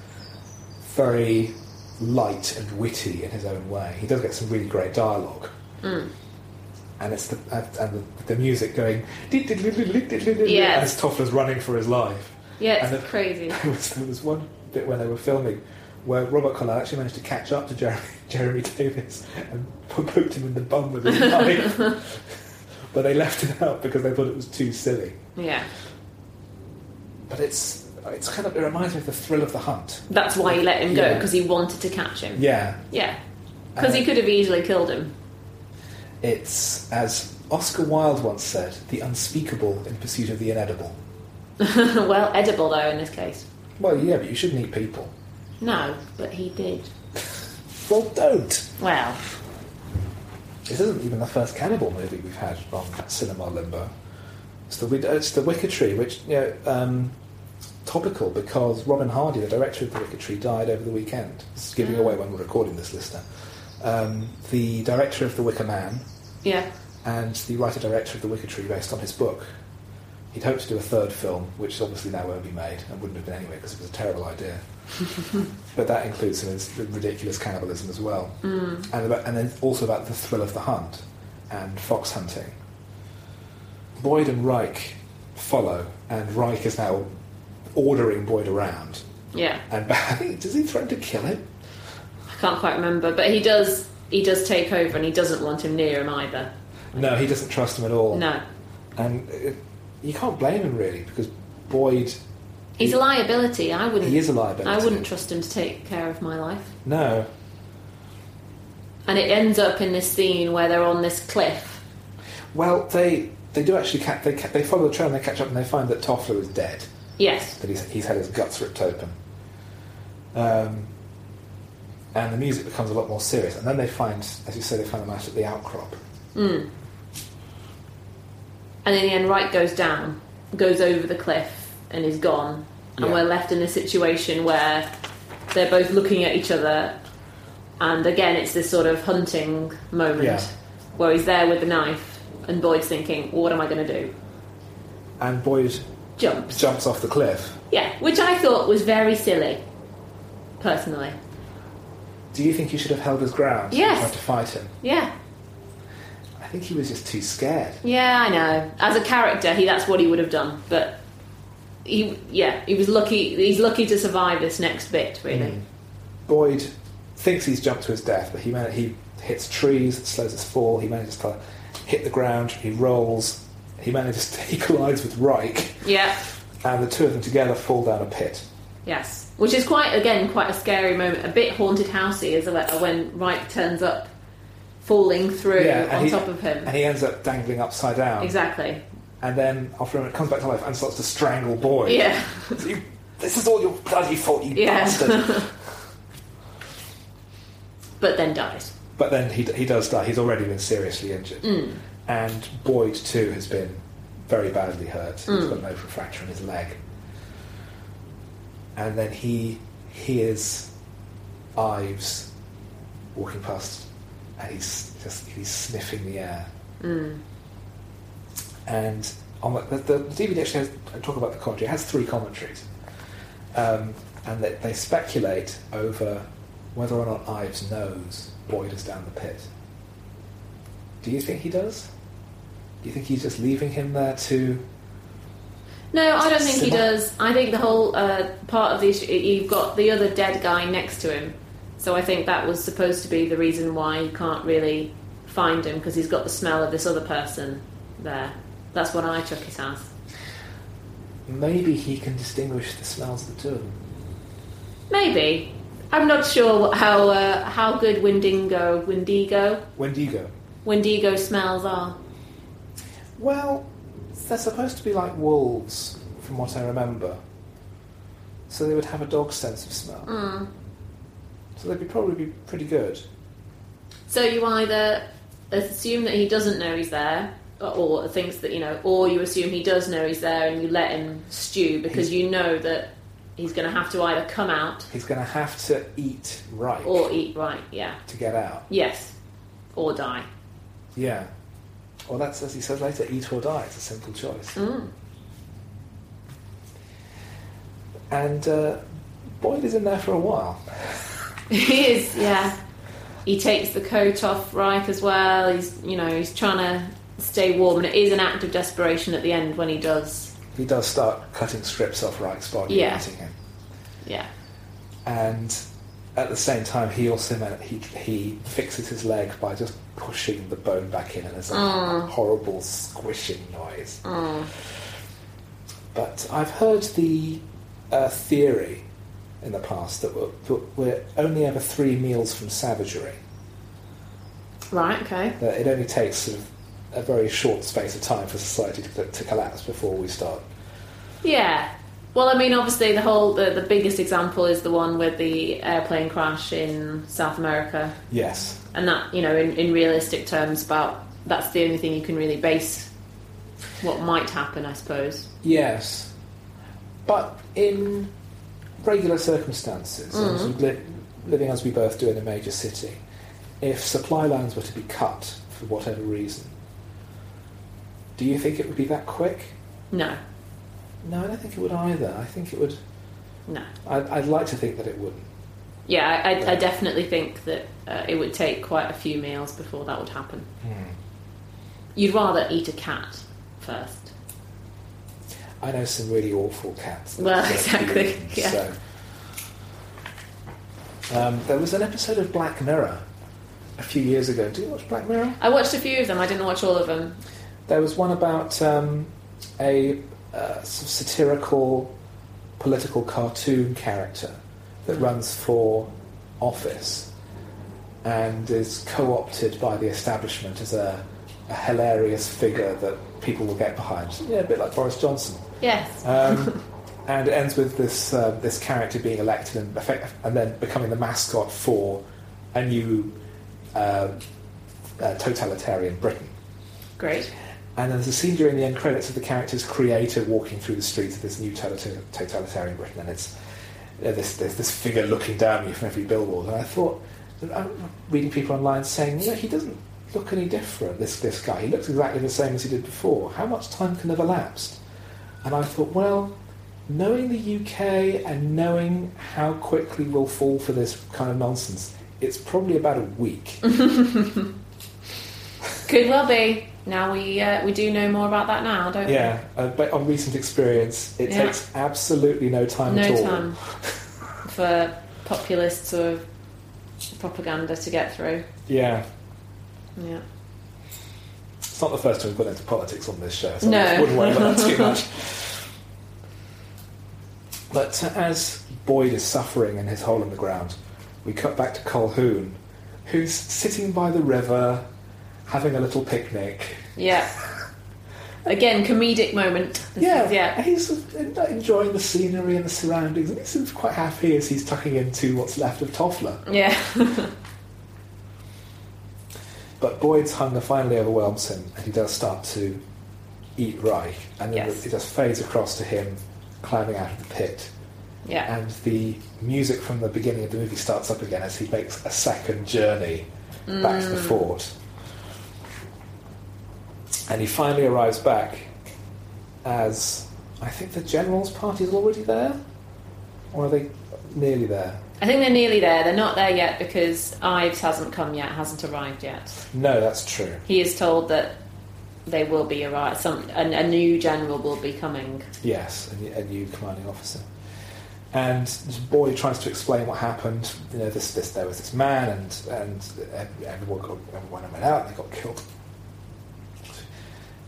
Speaker 2: very light and witty in his own way. He does get some really great dialogue. And it's the and and the, the music going
Speaker 3: Yes.
Speaker 2: as Toffler's running for his life.
Speaker 3: yeah,
Speaker 2: and
Speaker 3: it's
Speaker 2: the-
Speaker 3: crazy.
Speaker 2: There was, there was one bit where they were filming where Robert Collard actually managed to catch up to Jeremy, Jeremy Davis and po- poked him in the bum with his knife. but they left it out because they thought it was too silly.
Speaker 3: Yeah,
Speaker 2: But it's it's kind of it reminds me of the thrill of the hunt.
Speaker 3: that's why he let him go
Speaker 2: Yeah.
Speaker 3: because he wanted to catch him.
Speaker 2: Yeah,
Speaker 3: Yeah, because
Speaker 2: Uh,
Speaker 3: he could have easily killed him.
Speaker 2: it's as Oscar Wilde once said, the unspeakable in pursuit of the inedible.
Speaker 3: well, edible though in this case.
Speaker 2: Well, yeah, but you shouldn't eat people.
Speaker 3: No, but he did.
Speaker 2: Well, don't.
Speaker 3: Well,
Speaker 2: This isn't even the first cannibal movie we've had on Cinema Limbo. It's the, it's the Wicker Tree, which you know, um, topical because Robin Hardy, the director of The Wicked Tree, died over the weekend. This is giving away when we're recording this, listener. Um, the director of The Wicker Man
Speaker 3: Yeah.
Speaker 2: and the writer director of The Wicker Tree, based on his book. He'd hoped to do a third film, which obviously now won't be made and wouldn't have been anyway because it was a terrible idea. but that includes some ins- ridiculous cannibalism as well, and, about, and then also about the thrill of the hunt and fox hunting. Boyd and Reich follow, and Reich is now ordering Boyd around.
Speaker 3: Yeah.
Speaker 2: And I think does he threaten to kill him?
Speaker 3: I can't quite remember, but he does. He does take over, and he doesn't want him near him either.
Speaker 2: No, he doesn't trust him at all.
Speaker 3: No,
Speaker 2: and uh, you can't blame him really because Boyd
Speaker 3: he's a liability. I wouldn't.
Speaker 2: He is a liability.
Speaker 3: I wouldn't trust him to take care of my life.
Speaker 2: No.
Speaker 3: And it ends up in this scene where they're on this cliff.
Speaker 2: Well, they they do actually ca- they ca- they follow the trail and they catch up and they find that Toffler is dead.
Speaker 3: Yes.
Speaker 2: That he's he's had his guts ripped open. Um, and the music becomes a lot more serious. And then they find, as you say, they find the match at the outcrop.
Speaker 3: Mm. And in the end, Wright goes down, goes over the cliff, and is gone. And
Speaker 2: Yeah.
Speaker 3: we're left in a situation where they're both looking at each other. And again, it's this sort of hunting moment
Speaker 2: Yeah.
Speaker 3: where he's there with the knife, and Boyd's thinking, "What am I going to do?"
Speaker 2: And Boyd
Speaker 3: Jumps.
Speaker 2: jumps off the cliff.
Speaker 3: Yeah, which I thought was very silly, personally.
Speaker 2: Do you think he should have held his ground? and
Speaker 3: Yes.
Speaker 2: Tried to fight him.
Speaker 3: Yeah,
Speaker 2: I think he was just too scared.
Speaker 3: Yeah, I know. As a character, he that's what he would have done. But he, yeah, he was lucky. He's lucky to survive this next bit, really.
Speaker 2: Mm. Boyd thinks he's jumped to his death, but he man- he hits trees, slows his fall. He manages to hit the ground. He rolls. He manages to, he collides with Reich,
Speaker 3: Yeah.
Speaker 2: and the two of them together fall down a pit.
Speaker 3: Yes. Which is quite again quite a scary moment, a bit haunted housey, is it, when Reich turns up, falling through on
Speaker 2: he,
Speaker 3: top of him.
Speaker 2: and he ends up dangling upside down.
Speaker 3: Exactly.
Speaker 2: And then after a minute, comes back to life and starts to strangle Boyd.
Speaker 3: Yeah.
Speaker 2: You- this is all your bloody fault, you
Speaker 3: Yeah.
Speaker 2: bastard.
Speaker 3: But then dies.
Speaker 2: But then he, he does die. He's already been seriously injured. And Boyd, too, has been very badly hurt. He's got an open fracture in his leg. And then he hears Ives walking past and he's just he's sniffing the air.
Speaker 3: Mm.
Speaker 2: And on the, the, the DVD actually has, I talk about the commentary, it has three commentaries. Um, and they, they speculate over whether or not Ives knows Boyd is down the pit. Do you think he does? Do you think he's just leaving him there to.
Speaker 3: No, I don't think he
Speaker 2: Simmer.
Speaker 3: does. I think the whole uh, part of the issue, you've got the other dead guy next to him. So I think that was supposed to be the reason why you can't really find him because he's got the smell of this other person there. That's what I took it as.
Speaker 2: Maybe he can distinguish the smells of the two of them.
Speaker 3: Maybe. I'm not sure how uh, how good Windigo, Windigo,
Speaker 2: When do you go?
Speaker 3: Windigo smells are.
Speaker 2: Well, they're supposed to be like wolves, from what I remember. So they would have a dog's sense of smell.
Speaker 3: Mm.
Speaker 2: So they'd be probably be pretty good.
Speaker 3: So you either assume that he doesn't know he's there, or thinks that you know, or you assume he does know he's there and you let him stew because you know that he's going to have to either come out
Speaker 2: He's going to have to eat right
Speaker 3: or eat right. Yeah.
Speaker 2: to get out.
Speaker 3: Yes. Or die.
Speaker 2: Yeah. Well, that's as he says later, eat or die. It's a simple choice.
Speaker 3: Mm.
Speaker 2: And uh, Boyd is in there for a while.
Speaker 3: he is. Yeah. He takes the coat off Reich as well. He's you know he's trying to stay warm, and it is an act of desperation at the end when he does.
Speaker 2: He does start cutting strips off Reich's body
Speaker 3: Yeah.
Speaker 2: and eating him.
Speaker 3: Yeah.
Speaker 2: And at the same time, he also man- he he fixes his leg by just pushing the bone back in, and there's a
Speaker 3: Mm.
Speaker 2: horrible squishing noise.
Speaker 3: Mm.
Speaker 2: But I've heard the uh, theory in the past that we're, that we're only ever three meals from savagery.
Speaker 3: Right. Okay.
Speaker 2: that it only takes sort of a very short space of time for society to, to collapse before we start.
Speaker 3: Yeah. Well, I mean, obviously, the whole the, the biggest example is the one with the airplane crash in South America,
Speaker 2: Yes.
Speaker 3: and that you know, in, in realistic terms, about that's the only thing you can really base what might happen, I suppose.
Speaker 2: Yes. But in regular circumstances, and
Speaker 3: Mm-hmm.
Speaker 2: sort of li- living as we both do in a major city, if supply lines were to be cut for whatever reason, do you think it would be that quick?
Speaker 3: No,
Speaker 2: No, I don't think it would either. I think it would.
Speaker 3: no.
Speaker 2: I'd, I'd like to think that it wouldn't.
Speaker 3: Yeah, I, I, I
Speaker 2: Yeah.
Speaker 3: definitely think that uh, it would take quite a few meals before that would happen.
Speaker 2: Hmm.
Speaker 3: You'd rather eat a cat first.
Speaker 2: I know some really awful cats. that
Speaker 3: Well,
Speaker 2: serve
Speaker 3: exactly,
Speaker 2: food,
Speaker 3: yeah.
Speaker 2: So. Um, there was an episode of Black Mirror a few years ago. Do you watch Black Mirror?
Speaker 3: I watched a few of them. I didn't watch all of them.
Speaker 2: There was one about um, a uh, sort of satirical political cartoon character that runs for office and is co opted by the establishment as a, a hilarious figure that people will get behind. Yeah, a bit like Boris Johnson.
Speaker 3: Yes.
Speaker 2: Um, and it ends with this uh, this character being elected and, effect- and then becoming the mascot for a new uh, uh, totalitarian Britain.
Speaker 3: Great.
Speaker 2: And there's a scene during the end credits of the character's creator walking through the streets of this new totali- totalitarian Britain, and it's uh, this, this this figure looking down at you from every billboard. And I thought, I'm reading people online saying, you know, he doesn't look any different. This this guy, he looks exactly the same as he did before. How much time can have elapsed? And I thought, well, knowing the UK and knowing how quickly we'll fall for this kind of nonsense, it's probably about a week.
Speaker 3: Could well be. Now we uh, we do know more about that now, don't
Speaker 2: Yeah, uh, but on recent experience, it
Speaker 3: Yeah.
Speaker 2: takes absolutely no
Speaker 3: we?
Speaker 2: time at
Speaker 3: No
Speaker 2: all.
Speaker 3: time for populists or propaganda to get through.
Speaker 2: Yeah,
Speaker 3: Yeah.
Speaker 2: it's not the first time we've gone into politics on this show, so
Speaker 3: No.
Speaker 2: I wouldn't worry about that too much. But uh, as Boyd is suffering in his hole in the ground, we cut back to Colquhoun, who's sitting by the river, having a little picnic.
Speaker 3: Yeah. Again, comedic moment. This
Speaker 2: Yeah,
Speaker 3: is- yeah.
Speaker 2: he's en- enjoying the scenery and the surroundings, and he seems quite happy as he's tucking into what's left of Toffler.
Speaker 3: Yeah.
Speaker 2: But Boyd's hunger finally overwhelms him, and he does start to eat Reich. And then
Speaker 3: Yes.
Speaker 2: it just fades across to him climbing out of the pit.
Speaker 3: Yeah.
Speaker 2: And the music from the beginning of the movie starts up again as he makes a second journey back to the fort. And he finally arrives back as I think the general's party is already there? Or are they nearly there?
Speaker 3: I think they're nearly there. They're not there yet because Ives hasn't come yet, hasn't arrived yet.
Speaker 2: No, that's true.
Speaker 3: He is told that they will be arrived. Some a, a new general will be coming.
Speaker 2: Yes, a new, a new commanding officer. And this boy tries to explain what happened. You know, this, this there was this man, and and ev- everyone got, everyone went out, and they got killed.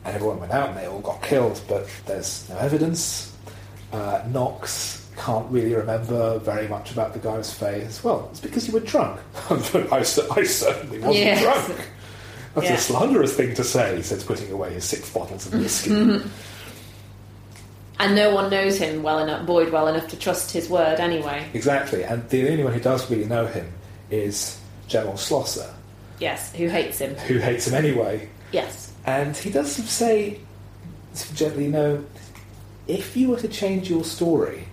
Speaker 2: And everyone went out, and they all got killed. But there's no evidence. Uh, Knox can't really remember very much about the guy's face. Well, it's because you were drunk. I, cer- I certainly wasn't
Speaker 3: Yes.
Speaker 2: drunk. That's
Speaker 3: Yeah.
Speaker 2: a slanderous thing to say," he says, putting away his six bottles of whiskey.
Speaker 3: And no one knows him well enough, Boyd well enough to trust his word anyway.
Speaker 2: Exactly, and the only one who does really know him is General Schlosser,
Speaker 3: Yes, who hates him?
Speaker 2: who hates him anyway.
Speaker 3: Yes.
Speaker 2: And he does sort of say, sort of gently, no, if you were to change your story,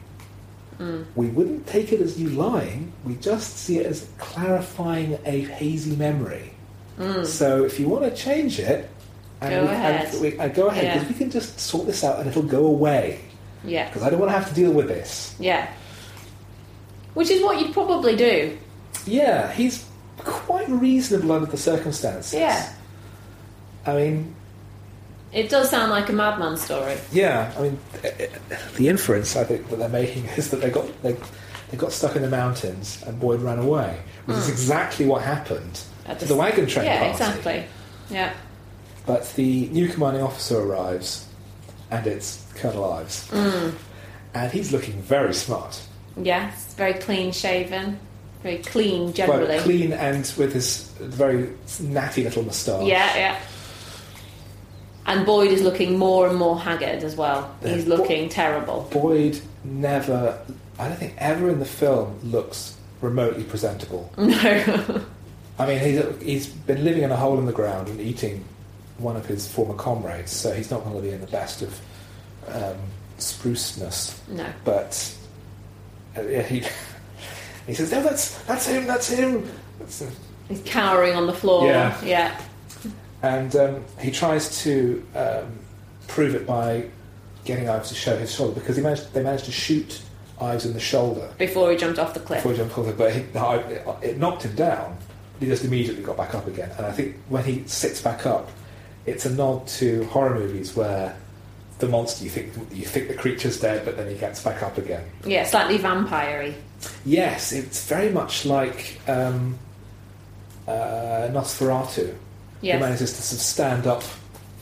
Speaker 3: Hmm.
Speaker 2: we wouldn't take it as you lying, we just see it as clarifying a hazy memory. So if you want to change it, and
Speaker 3: Hmm. Go
Speaker 2: we, and
Speaker 3: ahead.
Speaker 2: we- uh, go ahead, because
Speaker 3: Yeah.
Speaker 2: we can just sort this out and it'll go away,
Speaker 3: Yeah.
Speaker 2: because I don't want to have to deal with this.
Speaker 3: Yeah. Which is what you'd probably do.
Speaker 2: Yeah, he's quite reasonable under the circumstances.
Speaker 3: Yeah.
Speaker 2: I mean,
Speaker 3: It does sound like a madman story.
Speaker 2: yeah. I mean, eh, eh, the inference I think that they're making is that they got they, they got stuck in the mountains and Boyd ran away, which is exactly what happened
Speaker 3: At
Speaker 2: to
Speaker 3: this-
Speaker 2: the wagon train
Speaker 3: Hmm. Yeah,
Speaker 2: party.
Speaker 3: exactly. Yeah.
Speaker 2: But the new commanding officer arrives, and it's Colonel Ives,
Speaker 3: Hmm.
Speaker 2: and he's looking very smart,
Speaker 3: Yes. Very clean shaven. Very clean
Speaker 2: quite
Speaker 3: generally.
Speaker 2: clean, and with his very natty little moustache.
Speaker 3: Yeah, yeah. And Boyd is looking more and more haggard as well.
Speaker 2: Yeah.
Speaker 3: He's looking terrible.
Speaker 2: Boyd never, I don't think ever in the film looks remotely presentable.
Speaker 3: No.
Speaker 2: I mean, he's, he's been living in a hole in the ground and eating one of his former comrades, so he's not going to be in the best of um, spruceness,
Speaker 3: No.
Speaker 2: but uh, yeah, he he says, "No, that's that's him, that's him." That's him.
Speaker 3: He's cowering on the floor.
Speaker 2: Yeah.
Speaker 3: Yeah.
Speaker 2: And um, he tries to um, prove it by getting Ives to show his shoulder because he managed, they managed to shoot Ives in the shoulder
Speaker 3: Before he jumped off the cliff.
Speaker 2: before he jumped off the but he, no, it, it knocked him down. He just immediately got back up again. And I think when he sits back up, it's a nod to horror movies where the monster you think you think the creature's dead, but then he gets back up again.
Speaker 3: Yeah, slightly vampire-y.
Speaker 2: Yes, it's very much like um, uh, Nosferatu. He
Speaker 3: Yes.
Speaker 2: manages to sort of stand up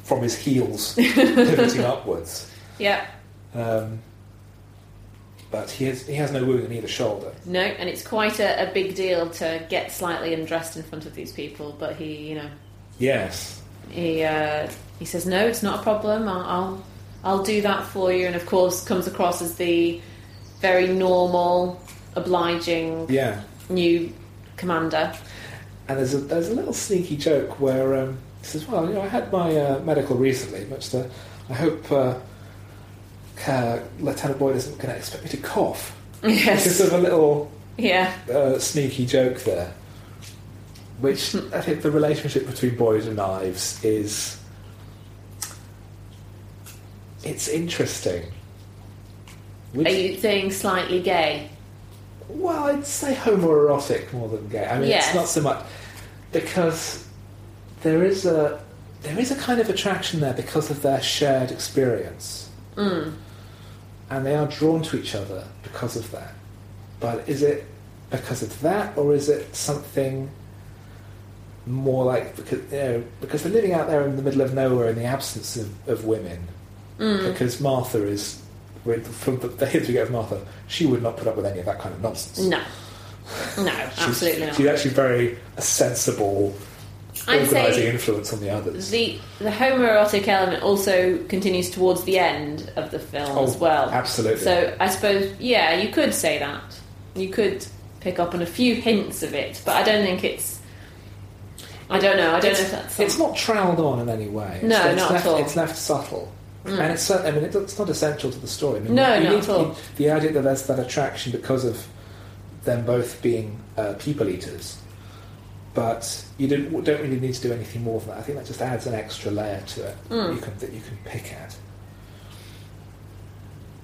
Speaker 2: from his heels, pivoting upwards.
Speaker 3: Yeah.
Speaker 2: Um, but he has, he has no wound in either shoulder.
Speaker 3: No, and it's quite a, a big deal to get slightly undressed in front of these people, but he, you know,
Speaker 2: Yes.
Speaker 3: he uh, he says no, it's not a problem. I'll, I'll I'll do that for you, and of course comes across as the very normal, obliging
Speaker 2: Yeah.
Speaker 3: new commander.
Speaker 2: And there's a, there's a little sneaky joke where um, he says, "Well, you know, I had my uh, medical recently, much to, I hope uh, uh, Lieutenant Boyd isn't going to expect me to cough." It's just
Speaker 3: Yes,
Speaker 2: sort of a little
Speaker 3: yeah,
Speaker 2: uh, sneaky joke there, which I think the relationship between Boyd and Ives is it's interesting. Would
Speaker 3: are you saying slightly gay?
Speaker 2: Well, I'd say homoerotic more than gay. I mean,
Speaker 3: Yes.
Speaker 2: it's not so much because there is a there is a kind of attraction there because of their shared experience,
Speaker 3: Mm.
Speaker 2: and they are drawn to each other because of that. But is it because of that, or is it something more like because you know because they're living out there in the middle of nowhere in the absence of, of women?
Speaker 3: Mm.
Speaker 2: Because Martha is. with- From the, the hints we get of Martha, she would not put up with any of that kind of nonsense.
Speaker 3: No, no,
Speaker 2: She's-
Speaker 3: absolutely not.
Speaker 2: She's actually very a sensible,
Speaker 3: I'd
Speaker 2: organising
Speaker 3: say
Speaker 2: influence on the others.
Speaker 3: the the homoerotic element also continues towards the end of the film as well.
Speaker 2: Oh, absolutely.
Speaker 3: So I suppose, yeah, you could say that. You could pick up on a few hints of it, but I don't think it's. I don't know. I don't
Speaker 2: it's,
Speaker 3: know if that's.
Speaker 2: it's not troweled on in any way. It's-
Speaker 3: No,
Speaker 2: it's
Speaker 3: not at
Speaker 2: left,
Speaker 3: all. Mm.
Speaker 2: It's left subtle, and it's cer- I mean it, it's not essential to the story. I mean,
Speaker 3: No,
Speaker 2: you
Speaker 3: not
Speaker 2: need-
Speaker 3: at all.
Speaker 2: you- the idea that there's that attraction because of them both being uh, people eaters, but you don't, don't really need to do anything more than that. I think that just adds an extra layer to it
Speaker 3: Mm.
Speaker 2: you can, that you can pick at.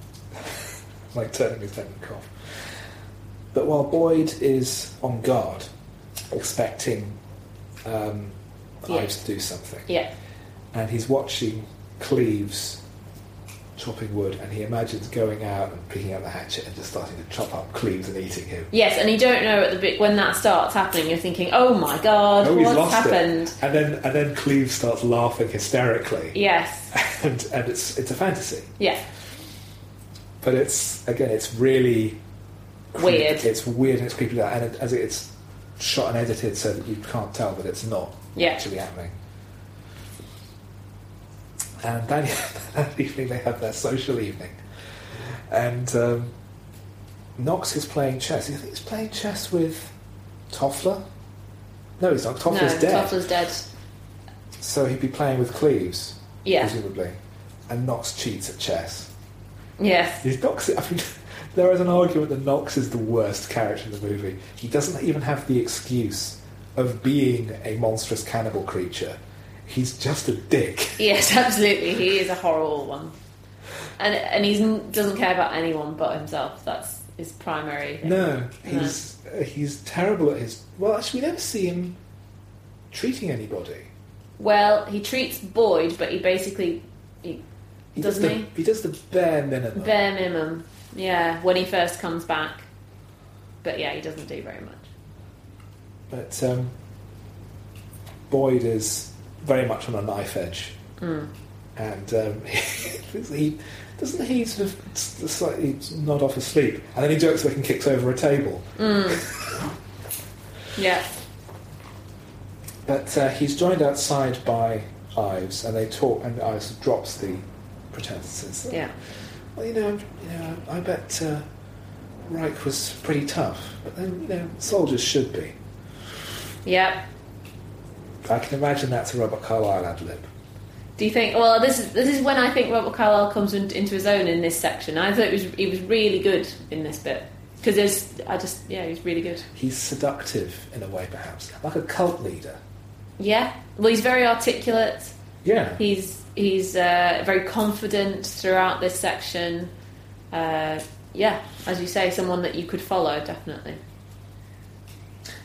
Speaker 2: like turning his neck and cough. But while Boyd is on guard, expecting um,
Speaker 3: Yeah.
Speaker 2: Ives to do something,
Speaker 3: yeah,
Speaker 2: and he's watching Cleves chopping wood, and he imagines going out and picking up the hatchet and just starting to chop up Cleves and eating him.
Speaker 3: yes, and you don't know at the bit when that starts happening. You're thinking, oh my god,
Speaker 2: Oh, he's
Speaker 3: what's
Speaker 2: lost it.
Speaker 3: happened?
Speaker 2: And then, and then Cleves starts laughing hysterically,
Speaker 3: Yes,
Speaker 2: and, and it's it's a fantasy,
Speaker 3: yeah,
Speaker 2: but it's again, it's really
Speaker 3: Weird.
Speaker 2: It's weird and it's creepy, and it, as it's shot and edited so that you can't tell that it's not
Speaker 3: yeah.
Speaker 2: actually happening. And that, that evening they have their social evening. And um, Knox is playing chess. I think he's playing chess with Toffler. No, he's not. Toffler's
Speaker 3: no,
Speaker 2: dead.
Speaker 3: Toffler's dead.
Speaker 2: So he'd be playing with Cleves,
Speaker 3: Yeah,
Speaker 2: presumably. And Knox cheats at chess.
Speaker 3: yes.
Speaker 2: Is Knox, I mean, there is an argument that Knox is the worst character in the movie. He doesn't even have the excuse of being a monstrous cannibal creature. He's just a dick.
Speaker 3: Yes, absolutely. He is a horrible one, and and he doesn't care about anyone but himself. That's his primary. Thing.
Speaker 2: No, he's uh, he's terrible at his. Well, actually, we never see him treating anybody.
Speaker 3: Well, he treats Boyd, but he basically he,
Speaker 2: He
Speaker 3: Doesn't
Speaker 2: does the,
Speaker 3: he?
Speaker 2: does the bare minimum.
Speaker 3: bare minimum. Yeah, when he first comes back. But yeah, he doesn't do very much.
Speaker 2: But um, Boyd is very much on a knife edge,
Speaker 3: Mm.
Speaker 2: and um, he doesn't he sort of s- slightly nod off asleep, and then he jerks back and kicks over a table.
Speaker 3: Yeah,
Speaker 2: But uh, he's joined outside by Ives, and they talk, and Ives drops the pretense and says,
Speaker 3: yeah,
Speaker 2: Well, you know, you know, I bet uh, Reich was pretty tough, but then you know, soldiers should be.
Speaker 3: yeah.
Speaker 2: I can imagine that's a Robert Carlyle ad lib.
Speaker 3: Do you think? Well, this is this is when I think Robert Carlyle comes in, into his own in this section. I thought it was he was really good in this bit because there's I just yeah he was really good.
Speaker 2: He's seductive in a way, perhaps, like a cult leader.
Speaker 3: Yeah, well he's very articulate.
Speaker 2: Yeah.
Speaker 3: He's he's uh, very confident throughout this section. Uh, yeah, as you say, someone that you could follow definitely.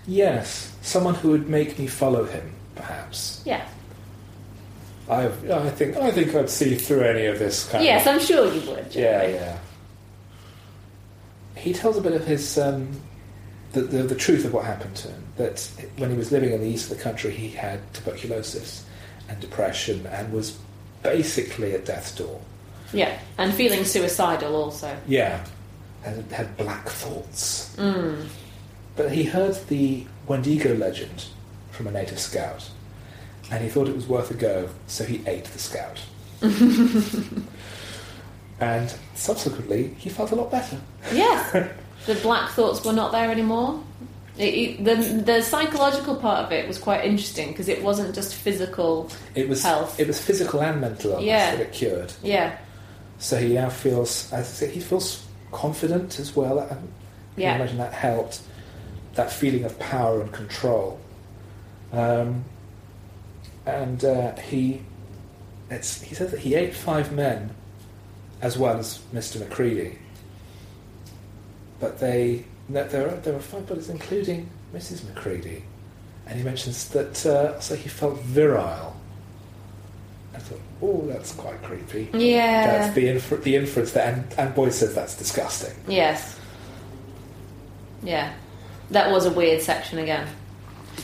Speaker 2: Yes, someone who would make me follow him, perhaps.
Speaker 3: Yeah.
Speaker 2: I, I think I think I'd see through any of this kind.
Speaker 3: yes,
Speaker 2: Of,
Speaker 3: I'm sure you would.
Speaker 2: yeah,
Speaker 3: Jeremy.
Speaker 2: yeah. He tells a bit of his um, the, the the truth of what happened to him. That when he was living in the east of the country, he had tuberculosis and depression, and was basically at death's door.
Speaker 3: Yeah, and feeling suicidal also.
Speaker 2: Yeah, had had black thoughts.
Speaker 3: Mm.
Speaker 2: But he heard the Wendigo legend from a native scout, and he thought it was worth a go, so he ate the scout. and subsequently, he felt a lot better.
Speaker 3: Yes, the black thoughts were not there anymore. It, it- the the psychological part of it was quite interesting because it wasn't just physical.
Speaker 2: It was
Speaker 3: Health.
Speaker 2: it was physical and mental illness
Speaker 3: Yeah.
Speaker 2: that it cured.
Speaker 3: Yeah,
Speaker 2: So he now feels, as I said, he feels confident as well. I can
Speaker 3: Yeah.
Speaker 2: imagine that helped. That feeling of power and control. Um, and uh, he, it's, he says that he ate five men, as well as Mr. Macready. But they, no, there are there were five brothers, including Mrs. Macready. And he mentions that uh, so he felt virile. I thought, oh, that's quite creepy.
Speaker 3: yeah,
Speaker 2: That's the, infer- the inference that, and, and Boyd says that's disgusting.
Speaker 3: yes, yeah. That was a weird section again.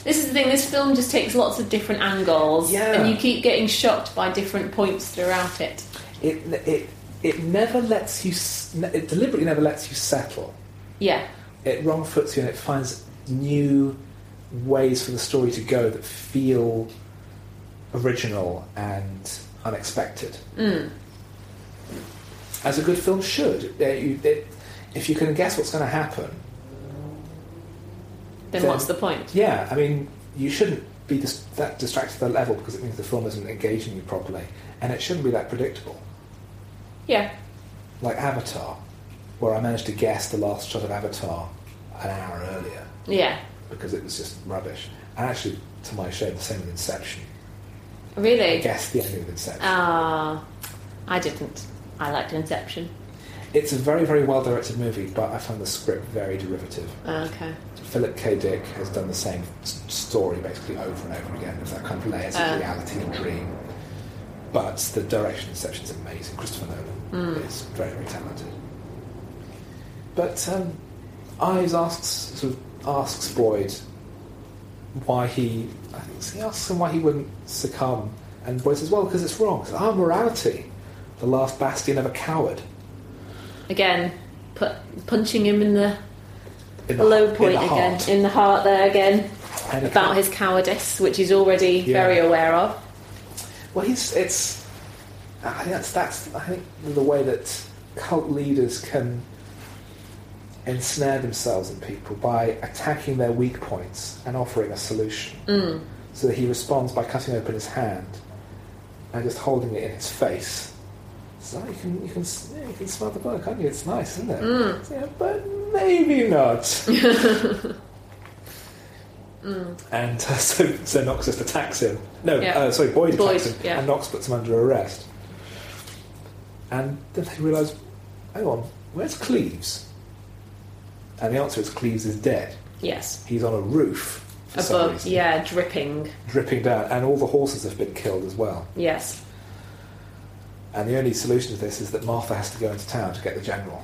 Speaker 3: This is the thing. This film just takes lots of different angles,
Speaker 2: Yeah.
Speaker 3: and you keep getting shocked by different points throughout it.
Speaker 2: It, it, it never lets you, s- it deliberately never lets you settle.
Speaker 3: Yeah,
Speaker 2: It wrong foots you and it finds new ways for the story to go that feel original and unexpected.
Speaker 3: mm.
Speaker 2: As a good film should. Uh, you- it- if you can guess what's going to happen,
Speaker 3: then
Speaker 2: Then-
Speaker 3: what's the point?
Speaker 2: yeah, I mean, you shouldn't be dis- that distracted at that level because it means the film isn't engaging you properly and it shouldn't be that predictable.
Speaker 3: Yeah,
Speaker 2: like Avatar, where I managed to guess the last shot of Avatar an hour earlier
Speaker 3: yeah.
Speaker 2: because it was just rubbish. And actually, to my shame, the same with Inception. I
Speaker 3: Really?
Speaker 2: guessed the ending of Inception.
Speaker 3: Ah, I didn't. I liked Inception.
Speaker 2: It's a very, very well directed movie, but I found the script very derivative.
Speaker 3: Okay.
Speaker 2: Philip K. Dick has done the same s- story basically over and over again with that kind of layers
Speaker 3: Uh.
Speaker 2: of reality and dream. But the direction of Inception is amazing. Christopher Nolan
Speaker 3: Mm.
Speaker 2: is very, very talented. But um, Ives asks, sort of asks Boyd why he, I think he asks him why he wouldn't succumb, and Boyd says, "Well, because it's wrong. It's our morality, the last bastion of a coward."
Speaker 3: Again, put, punching him in the,
Speaker 2: In
Speaker 3: low point
Speaker 2: in the
Speaker 3: again,
Speaker 2: heart.
Speaker 3: in the heart there again,
Speaker 2: And it
Speaker 3: about his cowardice, which he's already very aware of.
Speaker 2: Well, he's it's. I think that's that's. I think the way that cult leaders can ensnare themselves in people by attacking their weak points and offering a solution.
Speaker 3: Mm.
Speaker 2: So that he responds by cutting open his hand and just holding it in his face. So you can you can s- yeah, you can smell the blood, can't you? It's nice, isn't it?
Speaker 3: Mm.
Speaker 2: Yeah, but maybe not. And uh, so, so Knox just attacks him. No,
Speaker 3: Mm. Yeah.
Speaker 2: uh, sorry, Boyd,
Speaker 3: Boyd,
Speaker 2: attacks him,
Speaker 3: yeah.
Speaker 2: and Knox puts him under arrest. And then they realise, hang on, where's Cleves? And the answer is Cleves is dead.
Speaker 3: Yes.
Speaker 2: He's on a roof for some
Speaker 3: Above,
Speaker 2: reason,
Speaker 3: yeah, dripping.
Speaker 2: dripping down, and all the horses have been killed as well.
Speaker 3: Yes.
Speaker 2: And the only solution to this is that Martha has to go into town to get the general.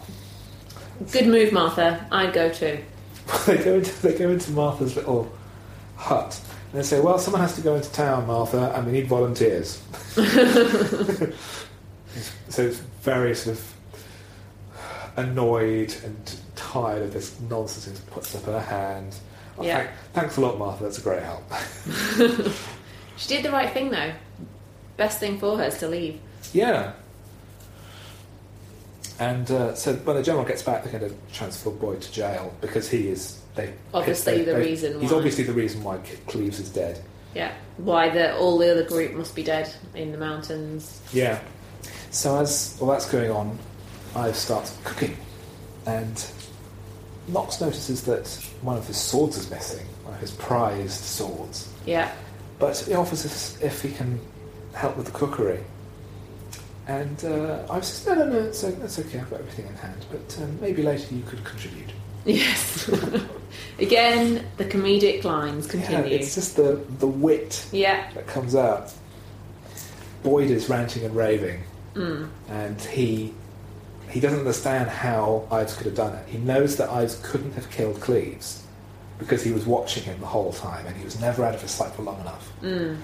Speaker 3: Good move, Martha. I'd go too.
Speaker 2: they go into they go into Martha's little hut and they say, "Well, someone has to go into town, Martha, and we need volunteers." so it's very sort of annoyed and tired of this nonsense. and puts up her hand. Oh,
Speaker 3: Yeah.
Speaker 2: thank- thanks a lot, Martha. That's a great help.
Speaker 3: She did the right thing though. Best thing for her is to leave.
Speaker 2: yeah. And uh, so when the general gets back, they're going to transfer Boyd to jail because he is they
Speaker 3: Obviously the reason
Speaker 2: He's
Speaker 3: why.
Speaker 2: obviously the reason why Cleves is dead.
Speaker 3: Yeah, why the all the other group must be dead in the mountains.
Speaker 2: Yeah. So as all that's going on, I've started cooking, and Knox notices that one of his swords is missing, one of his prized swords.
Speaker 3: Yeah,
Speaker 2: But he offers us if he can help with the cookery. And uh, I says, no, no, no, it's, o- it's okay, I've got everything in hand, but um, maybe later you could contribute.
Speaker 3: yes. Again, the comedic lines
Speaker 2: Yeah,
Speaker 3: continue.
Speaker 2: it's just the, the wit
Speaker 3: Yeah,
Speaker 2: that comes out. Boyd is ranting and raving,
Speaker 3: Mm.
Speaker 2: and he he doesn't understand how Ives could have done it. He knows that Ives couldn't have killed Cleves because he was watching him the whole time, and he was never out of his sight for long enough.
Speaker 3: Mm.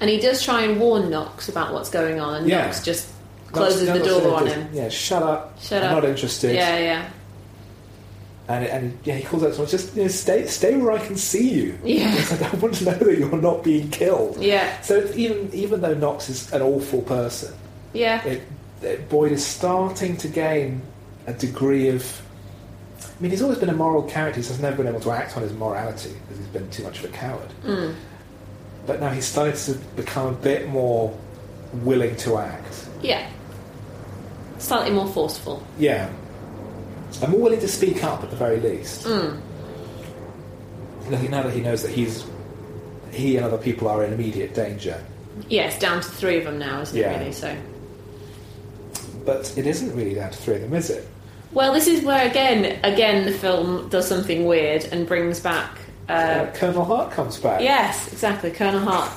Speaker 3: and he does try and warn Knox about what's going on, and
Speaker 2: Yeah.
Speaker 3: Knox just closes
Speaker 2: Knox-
Speaker 3: the
Speaker 2: Knox
Speaker 3: door on
Speaker 2: said,
Speaker 3: him.
Speaker 2: Yeah, shut up.
Speaker 3: Shut
Speaker 2: I'm
Speaker 3: up."
Speaker 2: not interested.
Speaker 3: Yeah, yeah,
Speaker 2: And, and yeah, he calls out to someone, just you know, stay, stay where I can see you.
Speaker 3: yeah,
Speaker 2: It's like, I want to know that you're not being killed.
Speaker 3: yeah,
Speaker 2: So it's even even though Knox is an awful person,
Speaker 3: yeah,
Speaker 2: it, it, Boyd is starting to gain a degree of. I mean, he's always been a moral character. He's just never been able to act on his morality because he's been too much of a coward. But now he's starting to become a bit more willing to act.
Speaker 3: yeah. Slightly more forceful.
Speaker 2: Yeah. And more willing to speak up at the very least. Now that- Now that he knows that he's. He and other people are in immediate danger.
Speaker 3: Yes, down to three of them now, isn't
Speaker 2: Yeah.
Speaker 3: it? Really, so.
Speaker 2: But it isn't really down to three of them, is it?
Speaker 3: Well, this is where again, again, the film does something weird and brings back. Uh,
Speaker 2: Uh, Colonel Hart comes back.
Speaker 3: yes, exactly, Colonel Hart.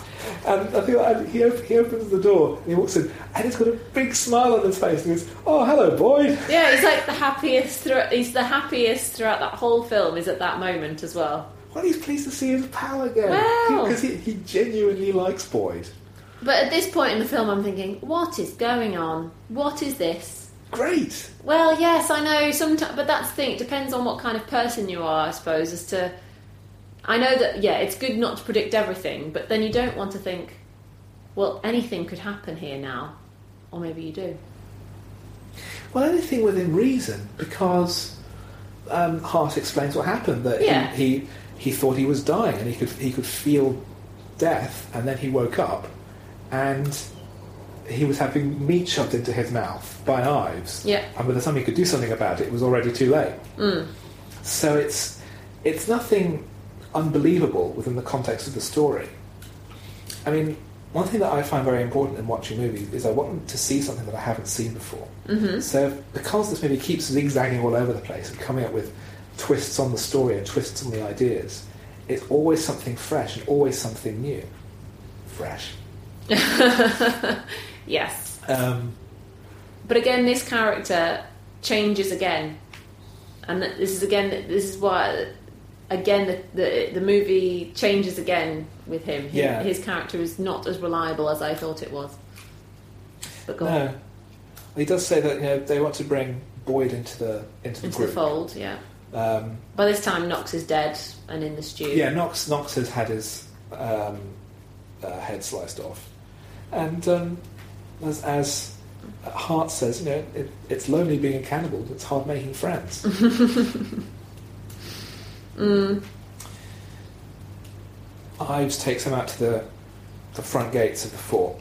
Speaker 2: And I feel and he, op- he opens the door and he walks in and he's got a big smile on his face and he goes, Oh, hello, Boyd.
Speaker 3: Yeah, he's like the happiest. Thro- he's the happiest throughout that whole film. Is at that moment as well.
Speaker 2: Well, he's pleased to see his pal again.
Speaker 3: Wow.
Speaker 2: Because he, he genuinely likes Boyd.
Speaker 3: But at this point in the film, I'm thinking, what is going on? What is this?
Speaker 2: Great.
Speaker 3: Well, yes, I know. Sometimes, but that's the thing. It depends on what kind of person you are, I suppose. As to, I know that yeah, it's good not to predict everything, but then you don't want to think, well, anything could happen here now, or maybe you do.
Speaker 2: Well, anything within reason because um, Hart explains what happened that
Speaker 3: Yeah.
Speaker 2: he, he, he thought he was dying and he could, he could feel death and then he woke up and he was having meat shoved into his mouth by knives.
Speaker 3: Yeah.
Speaker 2: and by the time he could do something about it, it was already too late. So it's it's nothing unbelievable within the context of the story. I mean, one thing that I find very important in watching movies is I want to see something that I haven't seen before. Mm-hmm. So if- because this movie keeps zigzagging all over the place and coming up with twists on the story and twists on the ideas, it's always something fresh and always something new. Fresh.
Speaker 3: Yes,
Speaker 2: Um,
Speaker 3: but again, this character changes again, and that- this is again. This is why, again, the the, the movie changes again with him. He-
Speaker 2: Yeah.
Speaker 3: his character is not as reliable as I thought it was. But go on.
Speaker 2: no, he does say that you know they want to bring Boyd into the into the
Speaker 3: into the
Speaker 2: group.
Speaker 3: fold, yeah.
Speaker 2: Um,
Speaker 3: By this time, Knox is dead and in the stew.
Speaker 2: Yeah, Knox Knox has had his um, uh, head sliced off, and um, as, as Hart says, you know, it, it's lonely being a cannibal. It's hard making friends.
Speaker 3: Mm,
Speaker 2: Ives takes him out to the the front gates of the fort,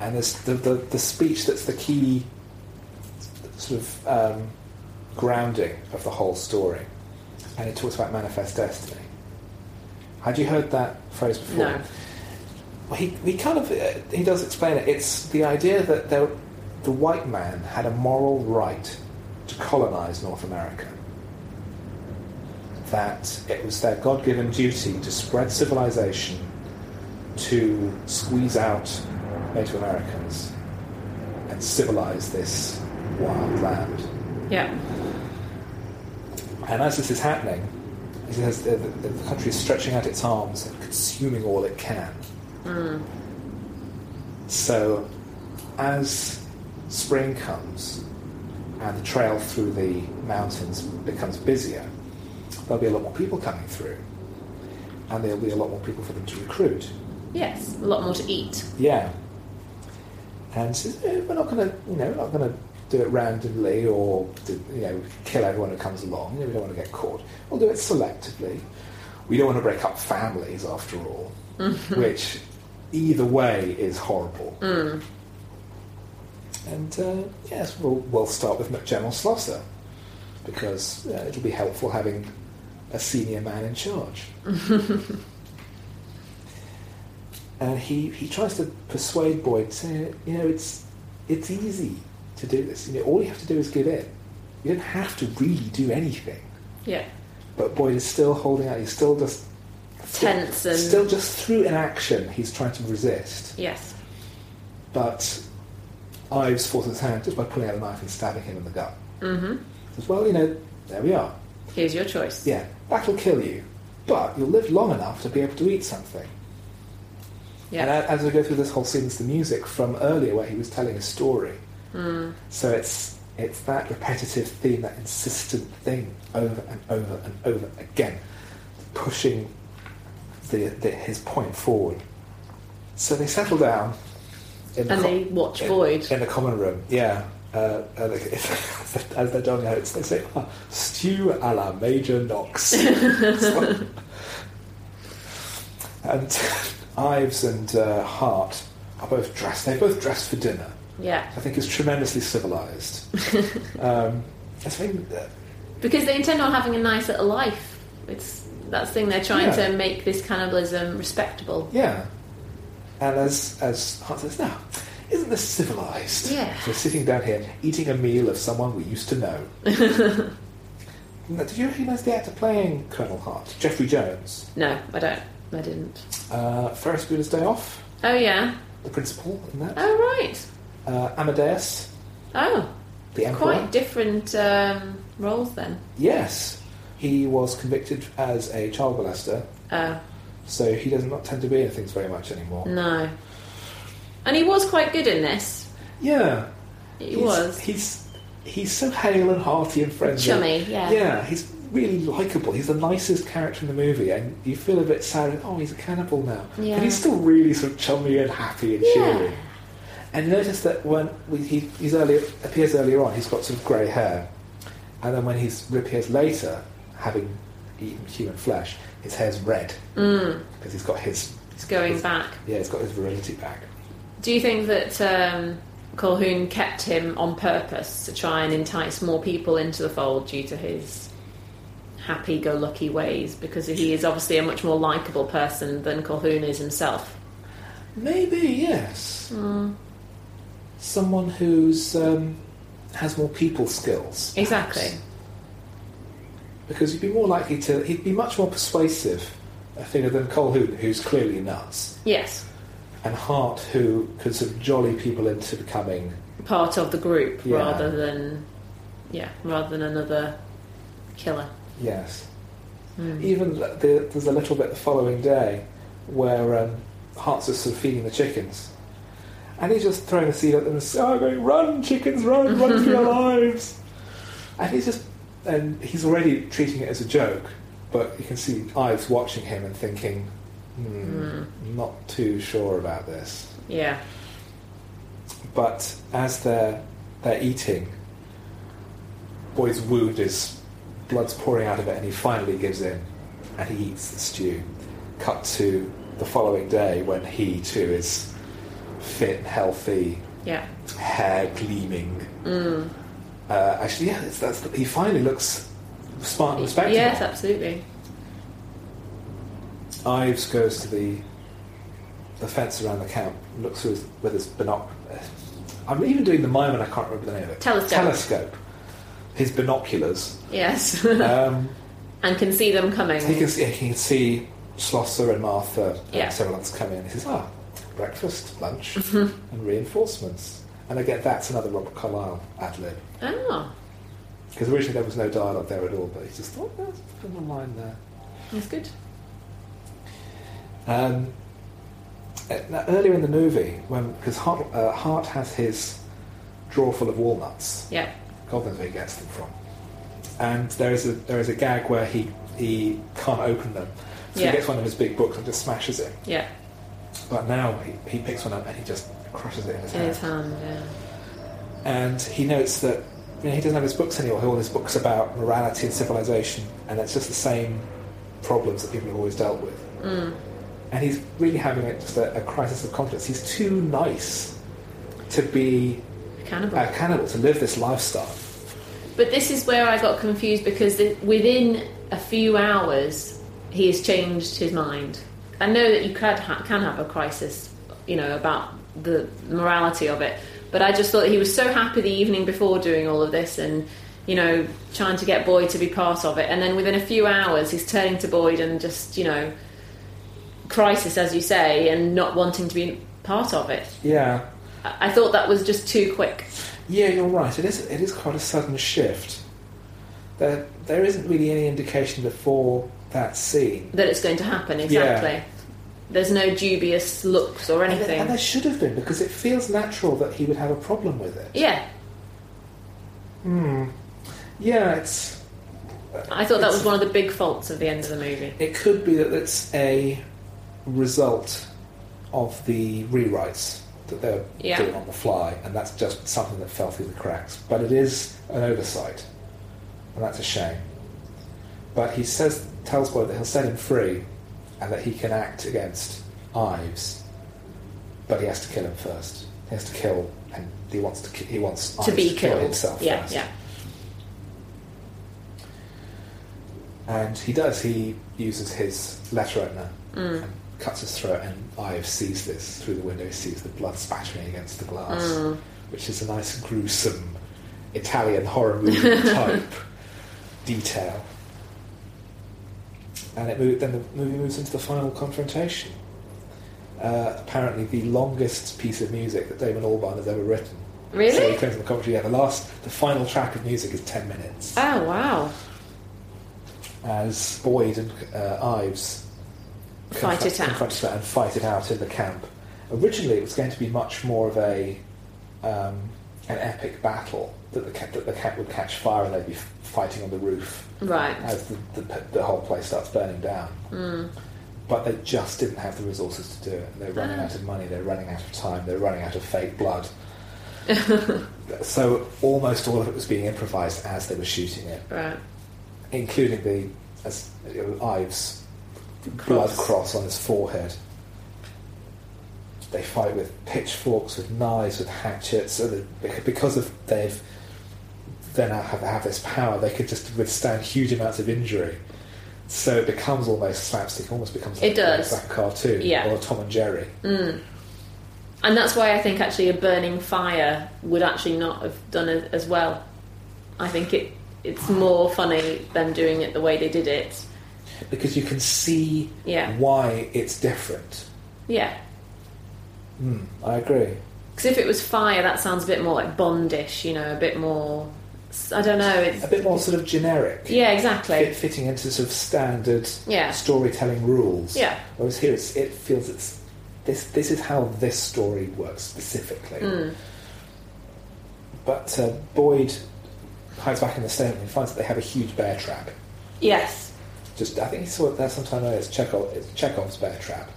Speaker 2: and there's the the, the speech that's the key sort of um, grounding of the whole story, and it talks about manifest destiny. Had you heard that phrase before?
Speaker 3: No.
Speaker 2: Well, he, he kind of uh, he does explain it. It's the idea that there, the white man had a moral right to colonize North America. That it was their God-given duty to spread civilization to squeeze out Native Americans and civilize this wild land.
Speaker 3: Yeah.
Speaker 2: And as this is happening, he says the, the, the country is stretching out its arms and consuming all it can. So, as spring comes and the trail through the mountains becomes busier, there'll be a lot more people coming through, and there'll be a lot more people for them to recruit.
Speaker 3: Yes, a lot more to eat.
Speaker 2: Yeah. And says, "Eh, we're not going to, you know, we're not going to do it randomly or, do- you know, kill everyone who comes along. You know, we don't want to get caught. We'll do it selectively. we don't want to break up families after all, which either way is horrible. And uh, yes, we'll, we'll start with General Slosser because uh, it'll be helpful having a senior man in charge. and he, he tries to persuade Boyd, saying, you know, it's, it's easy to do this. You know, all you have to do is give in. You don't have to really do anything.
Speaker 3: Yeah.
Speaker 2: But Boyd is still holding out. He's still just
Speaker 3: Tense and
Speaker 2: still just through inaction. He's trying to resist.
Speaker 3: yes.
Speaker 2: But Ives forces his hand just by pulling out a knife and stabbing him in the gut.
Speaker 3: Mm-hmm.
Speaker 2: Says, well, you know, there we are.
Speaker 3: Here's your choice.
Speaker 2: Yeah, that'll kill you, but you'll live long enough to be able to eat something. And
Speaker 3: Yeah.
Speaker 2: a- as we go through this whole scene, it's the music from earlier where he was telling a story.
Speaker 3: Mm.
Speaker 2: So it's it's that repetitive theme, that insistent thing over and over and over again, pushing the, the, his point forward. So they settle down. In
Speaker 3: And
Speaker 2: co-
Speaker 3: they watch
Speaker 2: in-
Speaker 3: Void.
Speaker 2: in the common room. Yeah. Uh, and they- as they're doing notes, they say, "Ah, "Stew a la Major Knox." and Ives and uh, Hart are both dressed. They're both dressed for dinner.
Speaker 3: Yeah.
Speaker 2: I think is tremendously civilized. um, uh, I think that-
Speaker 3: Because they intend on having a nice little life. It's that's the thing they're trying
Speaker 2: Yeah.
Speaker 3: to make this cannibalism respectable.
Speaker 2: yeah. And as as Hart says, "Now, isn't this civilized?"
Speaker 3: Yeah.
Speaker 2: We're sitting down here eating a meal of someone we used to know. Now, did you recognise the actor playing Colonel Hart? Jeffrey Jones.
Speaker 3: No, I don't. I didn't.
Speaker 2: Uh, Ferris Bueller's Day Off,
Speaker 3: Oh yeah.
Speaker 2: the principal in that.
Speaker 3: Oh right.
Speaker 2: Uh, Amadeus,
Speaker 3: Oh,
Speaker 2: the Emperor.
Speaker 3: quite different um, roles then.
Speaker 2: Yes, he was convicted as a child molester,
Speaker 3: Oh
Speaker 2: so he does not tend to be in things very much anymore.
Speaker 3: no. And he was quite good in this.
Speaker 2: Yeah,
Speaker 3: He
Speaker 2: he's,
Speaker 3: was
Speaker 2: He's he's so hale and hearty and friendly.
Speaker 3: chummy. Yeah.
Speaker 2: Yeah, he's really likable. He's the nicest character in the movie, and you feel a bit sad. Oh, he's a cannibal now,
Speaker 3: Yeah.
Speaker 2: but he's still really sort of chummy and happy and
Speaker 3: Yeah.
Speaker 2: cheery. And you notice that when we, he he's earlier appears earlier on, he's got sort of grey hair, and then when he reappears later, having eaten human flesh, his hair's red
Speaker 3: Mm,
Speaker 2: because he's got his
Speaker 3: it's going back.
Speaker 2: yeah, he's got his virility back.
Speaker 3: Do you think that um, Colhoun kept him on purpose to try and entice more people into the fold due to his happy-go-lucky ways? Because he is obviously a much more likable person than Colhoun is himself.
Speaker 2: Maybe yes, someone who's um, has more people skills.
Speaker 3: Exactly.
Speaker 2: because you'd be more likely to. He'd be much more persuasive, a figure than Colhoun, who's clearly nuts,
Speaker 3: Yes,
Speaker 2: and Hart, who could sort of jolly people into becoming.
Speaker 3: part of the group
Speaker 2: Yeah.
Speaker 3: rather than yeah, rather than another killer.
Speaker 2: Yes.
Speaker 3: Mm.
Speaker 2: Even the, there's a little bit the following day where um, Hart's just sort of feeding the chickens, and he's just throwing a seed at them and saying, "Oh, going run, chickens, run, run for your lives!" And he's just and he's already treating it as a joke, but you can see Ives watching him and thinking. Hmm, Not too sure about this.
Speaker 3: Mm. Yeah,
Speaker 2: but as they're they're eating, boy's wound is blood's pouring out of it, and he finally gives in, and he eats the stew. Cut to the following day when he too is fit and healthy,
Speaker 3: yeah, Mm.
Speaker 2: hair gleaming. Uh, actually, yeah, it's, that's he finally looks smart and respectable.
Speaker 3: yes, absolutely.
Speaker 2: Ives goes to the the fence around the camp, looks through his, with his binoc. I'm even doing the mime and I can't remember the name of it.
Speaker 3: Telescope.
Speaker 2: Telescope. His binoculars.
Speaker 3: Yes,
Speaker 2: Um,
Speaker 3: and can see them coming.
Speaker 2: he, can see, he can see Schlosser and Martha
Speaker 3: Yeah.
Speaker 2: and several others coming in. He says, ah, breakfast, lunch,
Speaker 3: Mm-hmm.
Speaker 2: and reinforcements. And again, that's another Robert Carlyle ad lib.
Speaker 3: Oh,
Speaker 2: Because originally there was no dialogue there at all, but he just thought, oh, there's a little line there.
Speaker 3: that's good.
Speaker 2: Um, uh, now, earlier in the movie, when because Hart, uh, Hart has his drawer full of walnuts,
Speaker 3: Yeah,
Speaker 2: Goblin's where he gets them from, and there is a there is a gag where he he can't open them, so
Speaker 3: Yeah.
Speaker 2: he gets one of his big books and just smashes it.
Speaker 3: yeah,
Speaker 2: But now he, he picks one up and he just crushes it in his
Speaker 3: in his
Speaker 2: hand,
Speaker 3: hand. Yeah.
Speaker 2: and he notes that you know, he doesn't have his books anymore. All his books about morality and civilization, and it's just the same problems that people have always dealt with.
Speaker 3: Mm.
Speaker 2: And he's really having a, just a, a crisis of confidence. He's too nice to be
Speaker 3: Cannibal.
Speaker 2: a cannibal, to live this lifestyle.
Speaker 3: But this is where I got confused because the, within a few hours, he has changed his mind. I know that you can, ha- can have a crisis, you know, about the morality of it, but I just thought he was so happy the evening before doing all of this and, you know, trying to get Boyd to be part of it. And then within a few hours, he's turning to Boyd and just, you know, crisis, as you say, and not wanting to be part of it.
Speaker 2: Yeah.
Speaker 3: I I thought that was just too quick.
Speaker 2: Yeah, you're right. It is. It is quite a sudden shift. There, there isn't really any indication before that scene,
Speaker 3: that it's going to happen
Speaker 2: Yeah.
Speaker 3: exactly. There's no dubious looks or
Speaker 2: and there,
Speaker 3: anything.
Speaker 2: and there should have been because it feels natural that he would have a problem with it.
Speaker 3: yeah,
Speaker 2: Hmm. Yeah, it's.
Speaker 3: I thought that was one of the big faults of the end of the movie.
Speaker 2: It could be that it's a result of the rewrites that they're
Speaker 3: Yeah.
Speaker 2: doing on the fly, and that's just something that fell through the cracks. But it is an oversight, and that's a shame. But he says, tells Boyd that he'll set him free, and that he can act against Ives, but he has to kill him first. He has to kill, and he wants to. ki- He wants
Speaker 3: to
Speaker 2: Ives
Speaker 3: be
Speaker 2: to
Speaker 3: killed.
Speaker 2: kill himself
Speaker 3: yeah,
Speaker 2: first.
Speaker 3: yeah.
Speaker 2: And he does. He uses his letter opener and cuts his throat. And Ives sees this through the window. He sees the blood spattering against the glass, which is a nice, gruesome Italian horror movie type detail. And it move, then the movie moves into the final confrontation. Uh, apparently, the longest piece of music that Damon Albarn has ever written. So he
Speaker 3: Really?
Speaker 2: claims in the commentary, yeah, the last, the final track of music is ten minutes
Speaker 3: Oh wow!
Speaker 2: as Boyd and uh, Ives
Speaker 3: Fight
Speaker 2: confront-
Speaker 3: it out.
Speaker 2: confront that and fight it out in the camp. Originally, it was going to be much more of a um, an epic battle that the ca- that the camp would catch fire and they'd be f- fighting on the roof
Speaker 3: Right. Hmm.
Speaker 2: as the, the, p- the whole place starts burning down. But they just didn't have the resources to do it. They're running
Speaker 3: Ah.
Speaker 2: out of money. They're running out of time. They're running out of fake blood. so almost all of it was being improvised as they were shooting it
Speaker 3: Right.
Speaker 2: including the as, uh, Ives blood cross on his forehead. They fight with pitchforks, with knives, with hatchets. So that because of they've they now have, have this power, they could just withstand huge amounts of injury. So it becomes almost slapstick. Almost becomes like,
Speaker 3: It does.
Speaker 2: like a cartoon
Speaker 3: Yeah. Mm.
Speaker 2: or a Tom and Jerry.
Speaker 3: And that's why I think actually a burning fire would actually not have done as, as well. I think it it's more funny them doing it the way they did it.
Speaker 2: because you can see
Speaker 3: Yeah.
Speaker 2: why it's different.
Speaker 3: Yeah.
Speaker 2: Mm, I agree.
Speaker 3: Because if it was fire, that sounds a bit more like Bondish, you know, a bit more. I don't know. It's
Speaker 2: A bit more sort of generic.
Speaker 3: yeah, exactly.
Speaker 2: fit, fitting into sort of standard
Speaker 3: Yeah.
Speaker 2: storytelling rules.
Speaker 3: Yeah.
Speaker 2: Whereas here, it's, it feels it's this. This is how this story works specifically.
Speaker 3: Hmm.
Speaker 2: But uh, Boyd hides back in the stable and finds that they have a huge bear trap.
Speaker 3: Yes.
Speaker 2: Just I think he saw it there sometime earlier. It's, Chekhov, it's Chekhov's bear trap.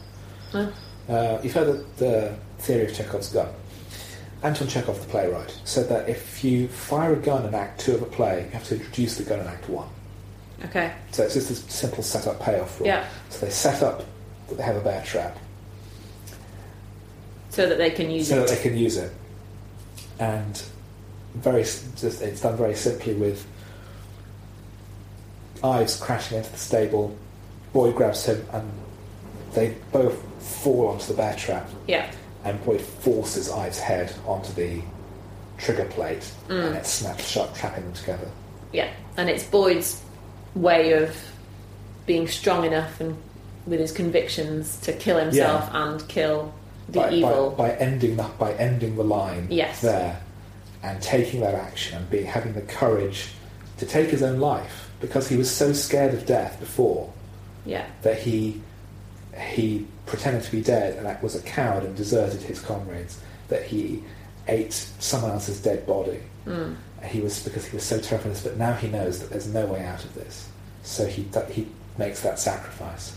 Speaker 3: Huh.
Speaker 2: Uh, you've heard of the theory of Chekhov's gun. Anton Chekhov, the playwright, said that if you fire a gun in Act Two of a play, you have to introduce the gun in Act One.
Speaker 3: Okay.
Speaker 2: So it's just this simple setup payoff rule.
Speaker 3: Yeah.
Speaker 2: So they set up that they have a bear trap
Speaker 3: So that they can use
Speaker 2: so
Speaker 3: it.
Speaker 2: that they can use it, and very s- just it's done very simply with Ives crashing into the stable. Boyd grabs him, and they both fall onto the bear trap,
Speaker 3: Yeah.
Speaker 2: and Boyd forces Ives' head onto the trigger plate,
Speaker 3: Mm.
Speaker 2: and it snaps shut, trapping them together.
Speaker 3: Yeah. And it's Boyd's way of being strong enough and with his convictions to kill himself and kill the
Speaker 2: by,
Speaker 3: evil.
Speaker 2: by, by ending the by ending the line
Speaker 3: Yes.
Speaker 2: there and taking that action and being having the courage to take his own life because he was so scared of death before
Speaker 3: Yeah.
Speaker 2: that he he pretended to be dead and that was a coward and deserted his comrades that he ate someone else's dead body
Speaker 3: Hmm.
Speaker 2: And he was because he was so terrified of this but now he knows that there's no way out of this so he that he makes that sacrifice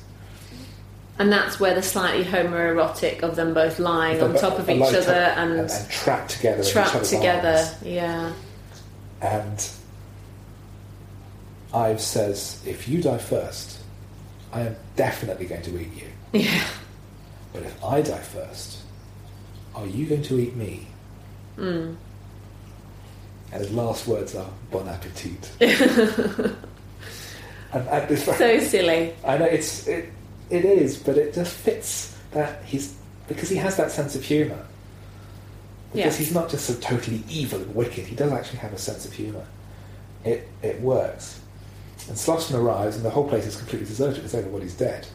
Speaker 3: And that's where the slightly homoerotic of them both lying on top of
Speaker 2: A
Speaker 3: each
Speaker 2: low
Speaker 3: other
Speaker 2: top-
Speaker 3: and,
Speaker 2: and, and trapped together in uh, each
Speaker 3: trapped
Speaker 2: other's
Speaker 3: together.
Speaker 2: arms.
Speaker 3: Yeah.
Speaker 2: And Ives says, if you die first, I am definitely going to eat you.
Speaker 3: Yeah.
Speaker 2: But if I die first, are you going to eat me?
Speaker 3: Hmm.
Speaker 2: And his last words are "Bon appetit." and at this
Speaker 3: So silly.
Speaker 2: I know it's it, it is, but it just fits that he's because he has that sense of humour. Because
Speaker 3: Yeah.
Speaker 2: he's not just so totally evil and wicked. He does actually have a sense of humour. It it works. And Sloshman arrives, and the whole place is completely deserted because everybody's dead.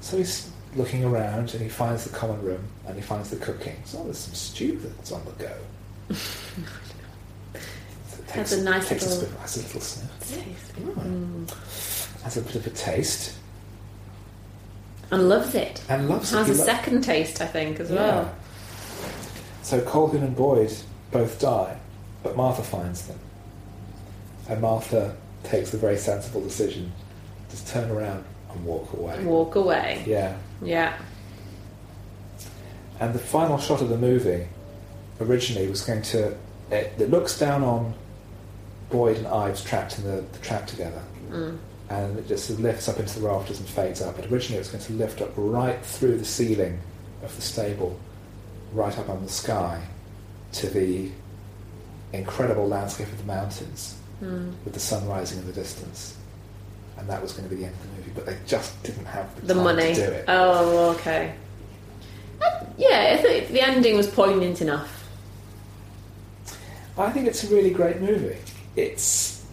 Speaker 2: So he's looking around, and he finds the common room, and he finds the cooking. So there's some stew that's on the go. So it
Speaker 3: That's a nice
Speaker 2: takes A,
Speaker 3: little-
Speaker 2: spoon- has a little sniff. Mm. Has a bit of a taste.
Speaker 3: And loves it.
Speaker 2: And loves it.
Speaker 3: Has
Speaker 2: He
Speaker 3: a
Speaker 2: lo-
Speaker 3: second taste, I think, as
Speaker 2: Yeah.
Speaker 3: well.
Speaker 2: So Colgan and Boyd both die, but Martha finds them. And Martha takes the very sensible decision just turn around and walk away.
Speaker 3: Walk away.
Speaker 2: Yeah.
Speaker 3: Yeah.
Speaker 2: And the final shot of the movie originally was going to. It, it looks down on Boyd and Ives trapped in the, the trap together.
Speaker 3: Mm.
Speaker 2: And it just sort of lifts up into the rafters and fades out. But originally it was going to lift up right through the ceiling of the stable, right up on the sky, to the incredible landscape of the mountains
Speaker 3: Mm.
Speaker 2: with the sun rising in the distance. And that was going to be the end of the movie. But they just didn't have the,
Speaker 3: The
Speaker 2: time
Speaker 3: money.
Speaker 2: to do it.
Speaker 3: Oh, okay. Uh, Yeah, I think the ending was poignant enough.
Speaker 2: I think it's a really great movie. It's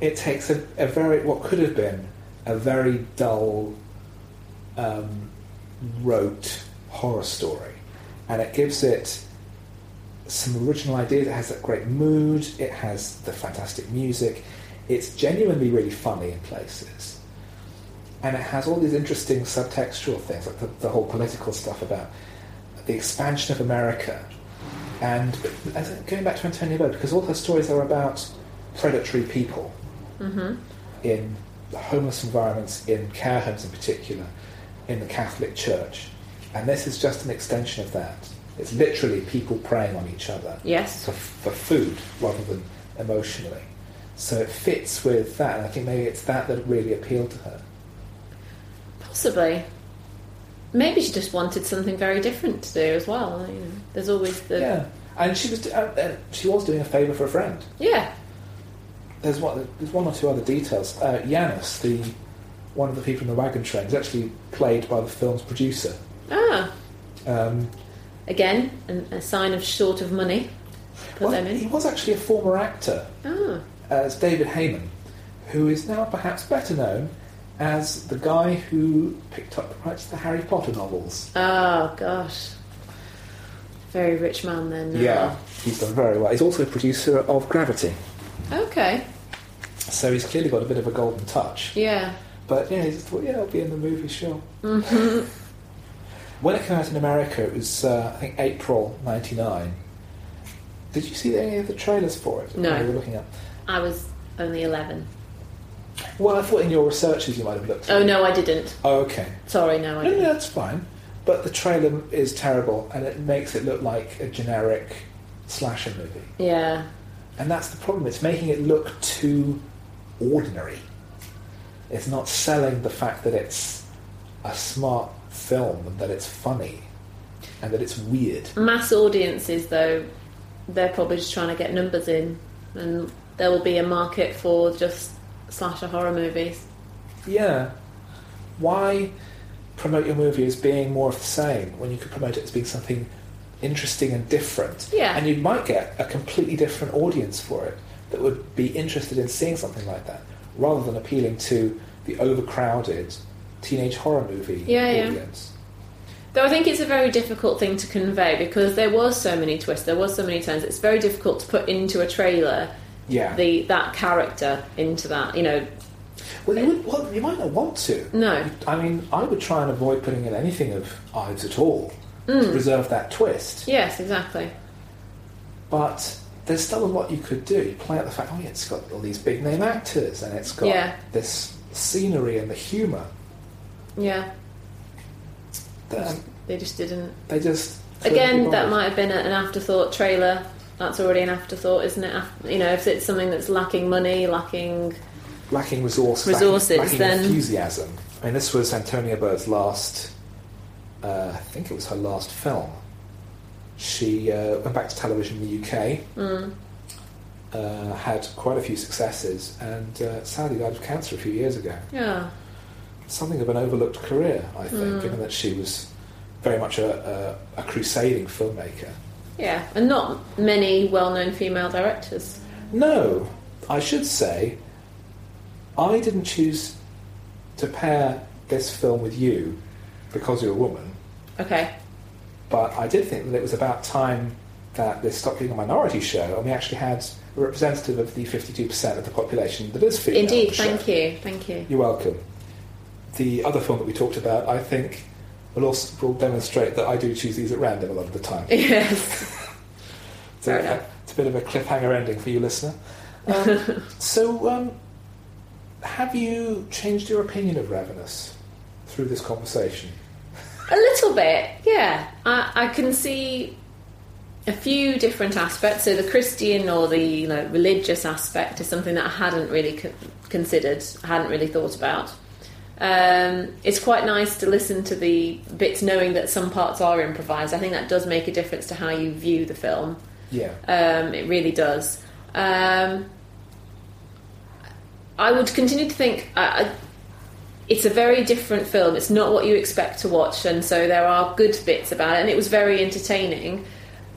Speaker 2: it takes a, a very what could have been a very dull, um, rote horror story, and it gives it some original ideas. It has that great mood. It has the fantastic music. It's genuinely really funny in places, and it has all these interesting subtextual things, like the, the whole political stuff about the expansion of America and as- going back to Antonia Bird, because all her stories are about predatory people in homeless environments, in care homes in particular, in the Catholic Church. And this is just an extension of that. It's literally people preying on each other
Speaker 3: Yes.
Speaker 2: for, for food rather than emotionally. So it fits with that, and I think maybe it's that that really appealed to her.
Speaker 3: Possibly. Maybe she just wanted something very different to do as well. You know, there's always the
Speaker 2: Yeah, and she was uh, uh, she was doing a favour for a friend.
Speaker 3: yeah.
Speaker 2: there's one, there's one or two other details. Uh, Yanis, the one of the people in the wagon train, is actually played by the film's producer.
Speaker 3: Ah,
Speaker 2: Um,
Speaker 3: again, an, a sign of short of money. Put
Speaker 2: well,
Speaker 3: them
Speaker 2: He
Speaker 3: in.
Speaker 2: was actually a former actor
Speaker 3: Ah,
Speaker 2: as David Heyman, who is now perhaps better known as the guy who picked up the rights to the Harry Potter novels.
Speaker 3: oh gosh, very rich man then. Now.
Speaker 2: he's done very well. He's also a producer of Gravity,
Speaker 3: Okay.
Speaker 2: so he's clearly got a bit of a golden touch.
Speaker 3: Yeah.
Speaker 2: But yeah, he just thought, yeah, I'll be in the movie, sure. when it came out in America, it was, uh, I think, April 99. Did you see any of the trailers for it?
Speaker 3: No.
Speaker 2: When you were looking up.
Speaker 3: I was only eleven.
Speaker 2: Well, I thought in your researches you might have looked.
Speaker 3: Oh no, I didn't.
Speaker 2: Oh, okay.
Speaker 3: Sorry, no, I
Speaker 2: No, no,
Speaker 3: didn't.
Speaker 2: that's fine. But the trailer is terrible, and it makes it look like a generic slasher movie.
Speaker 3: Yeah.
Speaker 2: And that's the problem. It's making it look too ordinary. It's not selling the fact that it's a smart film and that it's funny and that it's weird.
Speaker 3: Mass audiences though, they're probably just trying to get numbers in, and there will be a market for just slasher horror movies.
Speaker 2: Yeah. Why promote your movie as being more of the same when you could promote it as being something interesting and different?
Speaker 3: Yeah.
Speaker 2: And you might get a completely different audience for it that would be interested in seeing something like that rather than appealing to the overcrowded teenage horror movie
Speaker 3: Yeah, yeah.
Speaker 2: audience.
Speaker 3: Though I think it's a very difficult thing to convey because there was so many twists, there was so many turns. It's very difficult to put into a trailer
Speaker 2: Yeah.
Speaker 3: the that character into that. You know,
Speaker 2: Well, you, would, well, you might not want to.
Speaker 3: No.
Speaker 2: I mean, I would try and avoid putting in anything of Ives at all
Speaker 3: Mm.
Speaker 2: to preserve that twist.
Speaker 3: yes, exactly.
Speaker 2: But there's still a lot you could do. You play out the fact, oh, yeah, it's got all these big name actors and it's got
Speaker 3: Yeah.
Speaker 2: this scenery and the humour.
Speaker 3: Yeah,
Speaker 2: That
Speaker 3: they just didn't.
Speaker 2: they just. couldn't be
Speaker 3: Mm. Again, that
Speaker 2: bothered.
Speaker 3: might have been a- an afterthought trailer. That's already an afterthought, isn't it? Af- You know, if it's something that's lacking money, lacking
Speaker 2: Lacking resource,
Speaker 3: Resources,
Speaker 2: lacking, lacking
Speaker 3: then-
Speaker 2: enthusiasm. I mean, this was Antonia Bird's last, uh, I think it was her last film. She uh, went back to television in the UK,
Speaker 3: Mm.
Speaker 2: uh, had quite a few successes, and uh, sadly died of cancer a few years ago.
Speaker 3: Yeah.
Speaker 2: Something of an overlooked career, I think,
Speaker 3: Mm.
Speaker 2: given that she was very much a, a, a crusading filmmaker.
Speaker 3: Yeah. And not many well known female directors.
Speaker 2: No, I should say, I didn't choose to pair this film with you because you're a woman,
Speaker 3: Okay.
Speaker 2: but I did think that it was about time that this stopped being a minority show and we actually had a representative of the 52% of the population that is female.
Speaker 3: Indeed.
Speaker 2: show.
Speaker 3: Thank you. Thank you.
Speaker 2: You're welcome. The other film that we talked about, I think, will also will demonstrate that I do choose these at random a lot of the time.
Speaker 3: Yes.
Speaker 2: So uh,
Speaker 3: Fair enough.
Speaker 2: It's a bit of a cliffhanger ending for you, listener. Um, so, um, have you changed your opinion of Ravenous through this conversation?
Speaker 3: A little bit, yeah. I, I can see a few different aspects. So the Christian or the you know, religious aspect is something that I hadn't really con- considered, I hadn't really thought about. Um, it's quite nice to listen to the bits, knowing that some parts are improvised. I think that does make a difference to how you view the film.
Speaker 2: Yeah.
Speaker 3: Um, it really does. Um, I would continue to think I, I, it's a very different film. It's not what you expect to watch, and so there are good bits about it. And it was very entertaining,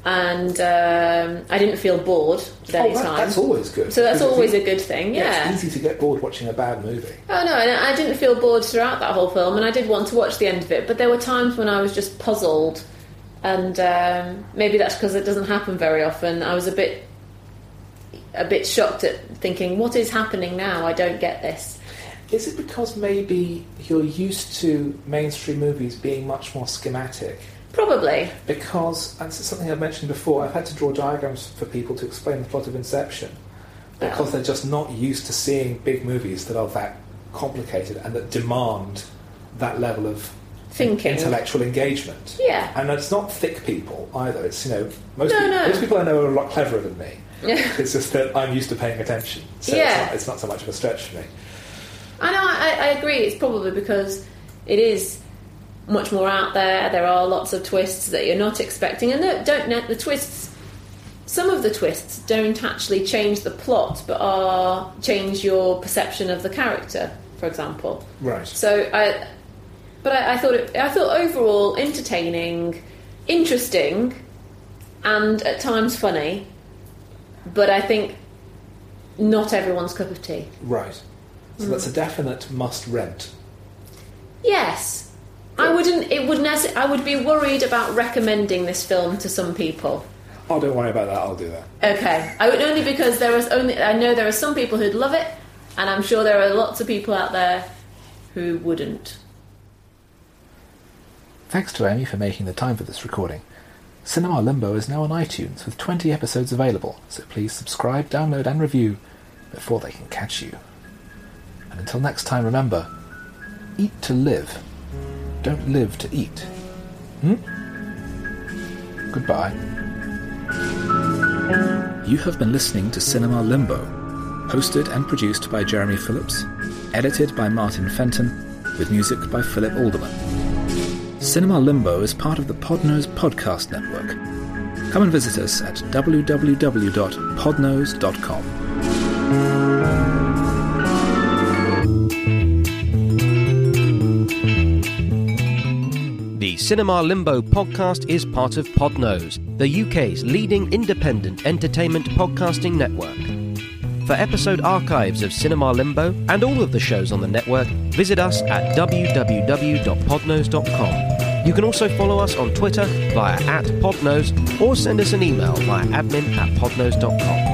Speaker 3: and um, I didn't feel bored at
Speaker 2: Oh,
Speaker 3: any
Speaker 2: that-
Speaker 3: time.
Speaker 2: that's always good.
Speaker 3: so that's
Speaker 2: because it's
Speaker 3: always
Speaker 2: e-
Speaker 3: a good thing, yeah.
Speaker 2: It's easy to get bored watching a bad movie.
Speaker 3: Oh no, and I didn't feel bored throughout that whole film, and I did want to watch the end of it. But there were times when I was just puzzled, and um, maybe that's because it doesn't happen very often. I was a bit, a bit shocked at thinking, "What is happening now? I don't get this."
Speaker 2: Is it because maybe you're used to mainstream movies being much more schematic?
Speaker 3: Probably,
Speaker 2: Because, and this is something I've mentioned before, I've had to draw diagrams for people to explain the plot of Inception. Because they're just not used to seeing big movies that are that complicated and that demand that level of
Speaker 3: thinking.
Speaker 2: intellectual engagement.
Speaker 3: Yeah,
Speaker 2: And it's not thick people either. It's, you know, most,
Speaker 3: No,
Speaker 2: people,
Speaker 3: no.
Speaker 2: most people I know are a lot cleverer than me. It's just that I'm used to paying attention. So
Speaker 3: Yeah.
Speaker 2: it's, not, it's not so much of a stretch for me.
Speaker 3: I know. I, I agree. It's probably because it is much more out there. There are lots of twists that you're not expecting, and that don't ne- the twists. Some of the twists don't actually change the plot, but are change your perception of the character. For example,
Speaker 2: Right.
Speaker 3: so I, but I, I thought it, I thought overall entertaining, interesting, and at times funny. But I think not everyone's cup of tea.
Speaker 2: Right. So
Speaker 3: Mm.
Speaker 2: that's a definite must rent.
Speaker 3: Yes. I wouldn't. It would. Nece- I would be worried about recommending this film to some people.
Speaker 2: Oh, don't worry about that. I'll do that.
Speaker 3: Okay. I would only because there is only. I know there are some people who'd love it, and I'm sure there are lots of people out there who wouldn't.
Speaker 4: Thanks to Amy for making the time for this recording. Cinema Limbo is now on iTunes with 20 episodes available, so please subscribe, download, and review before they can catch you. And until next time, remember eat to live, don't live to eat. Hmm? Goodbye. You have been listening to Cinema Limbo, hosted and produced by Jeremy Phillips, edited by Martin Fenton, with music by Philip Alderman. Cinema Limbo is part of the Podnose Podcast Network. Come and visit us at www.podnose.com.
Speaker 1: The Cinema Limbo podcast is part of Podnose, the UK's leading independent entertainment podcasting network. For episode archives of Cinema Limbo and all of the shows on the network, visit us at www.podnose.com. You can also follow us on Twitter via at Podnose or send us an email via admin at podnose.com.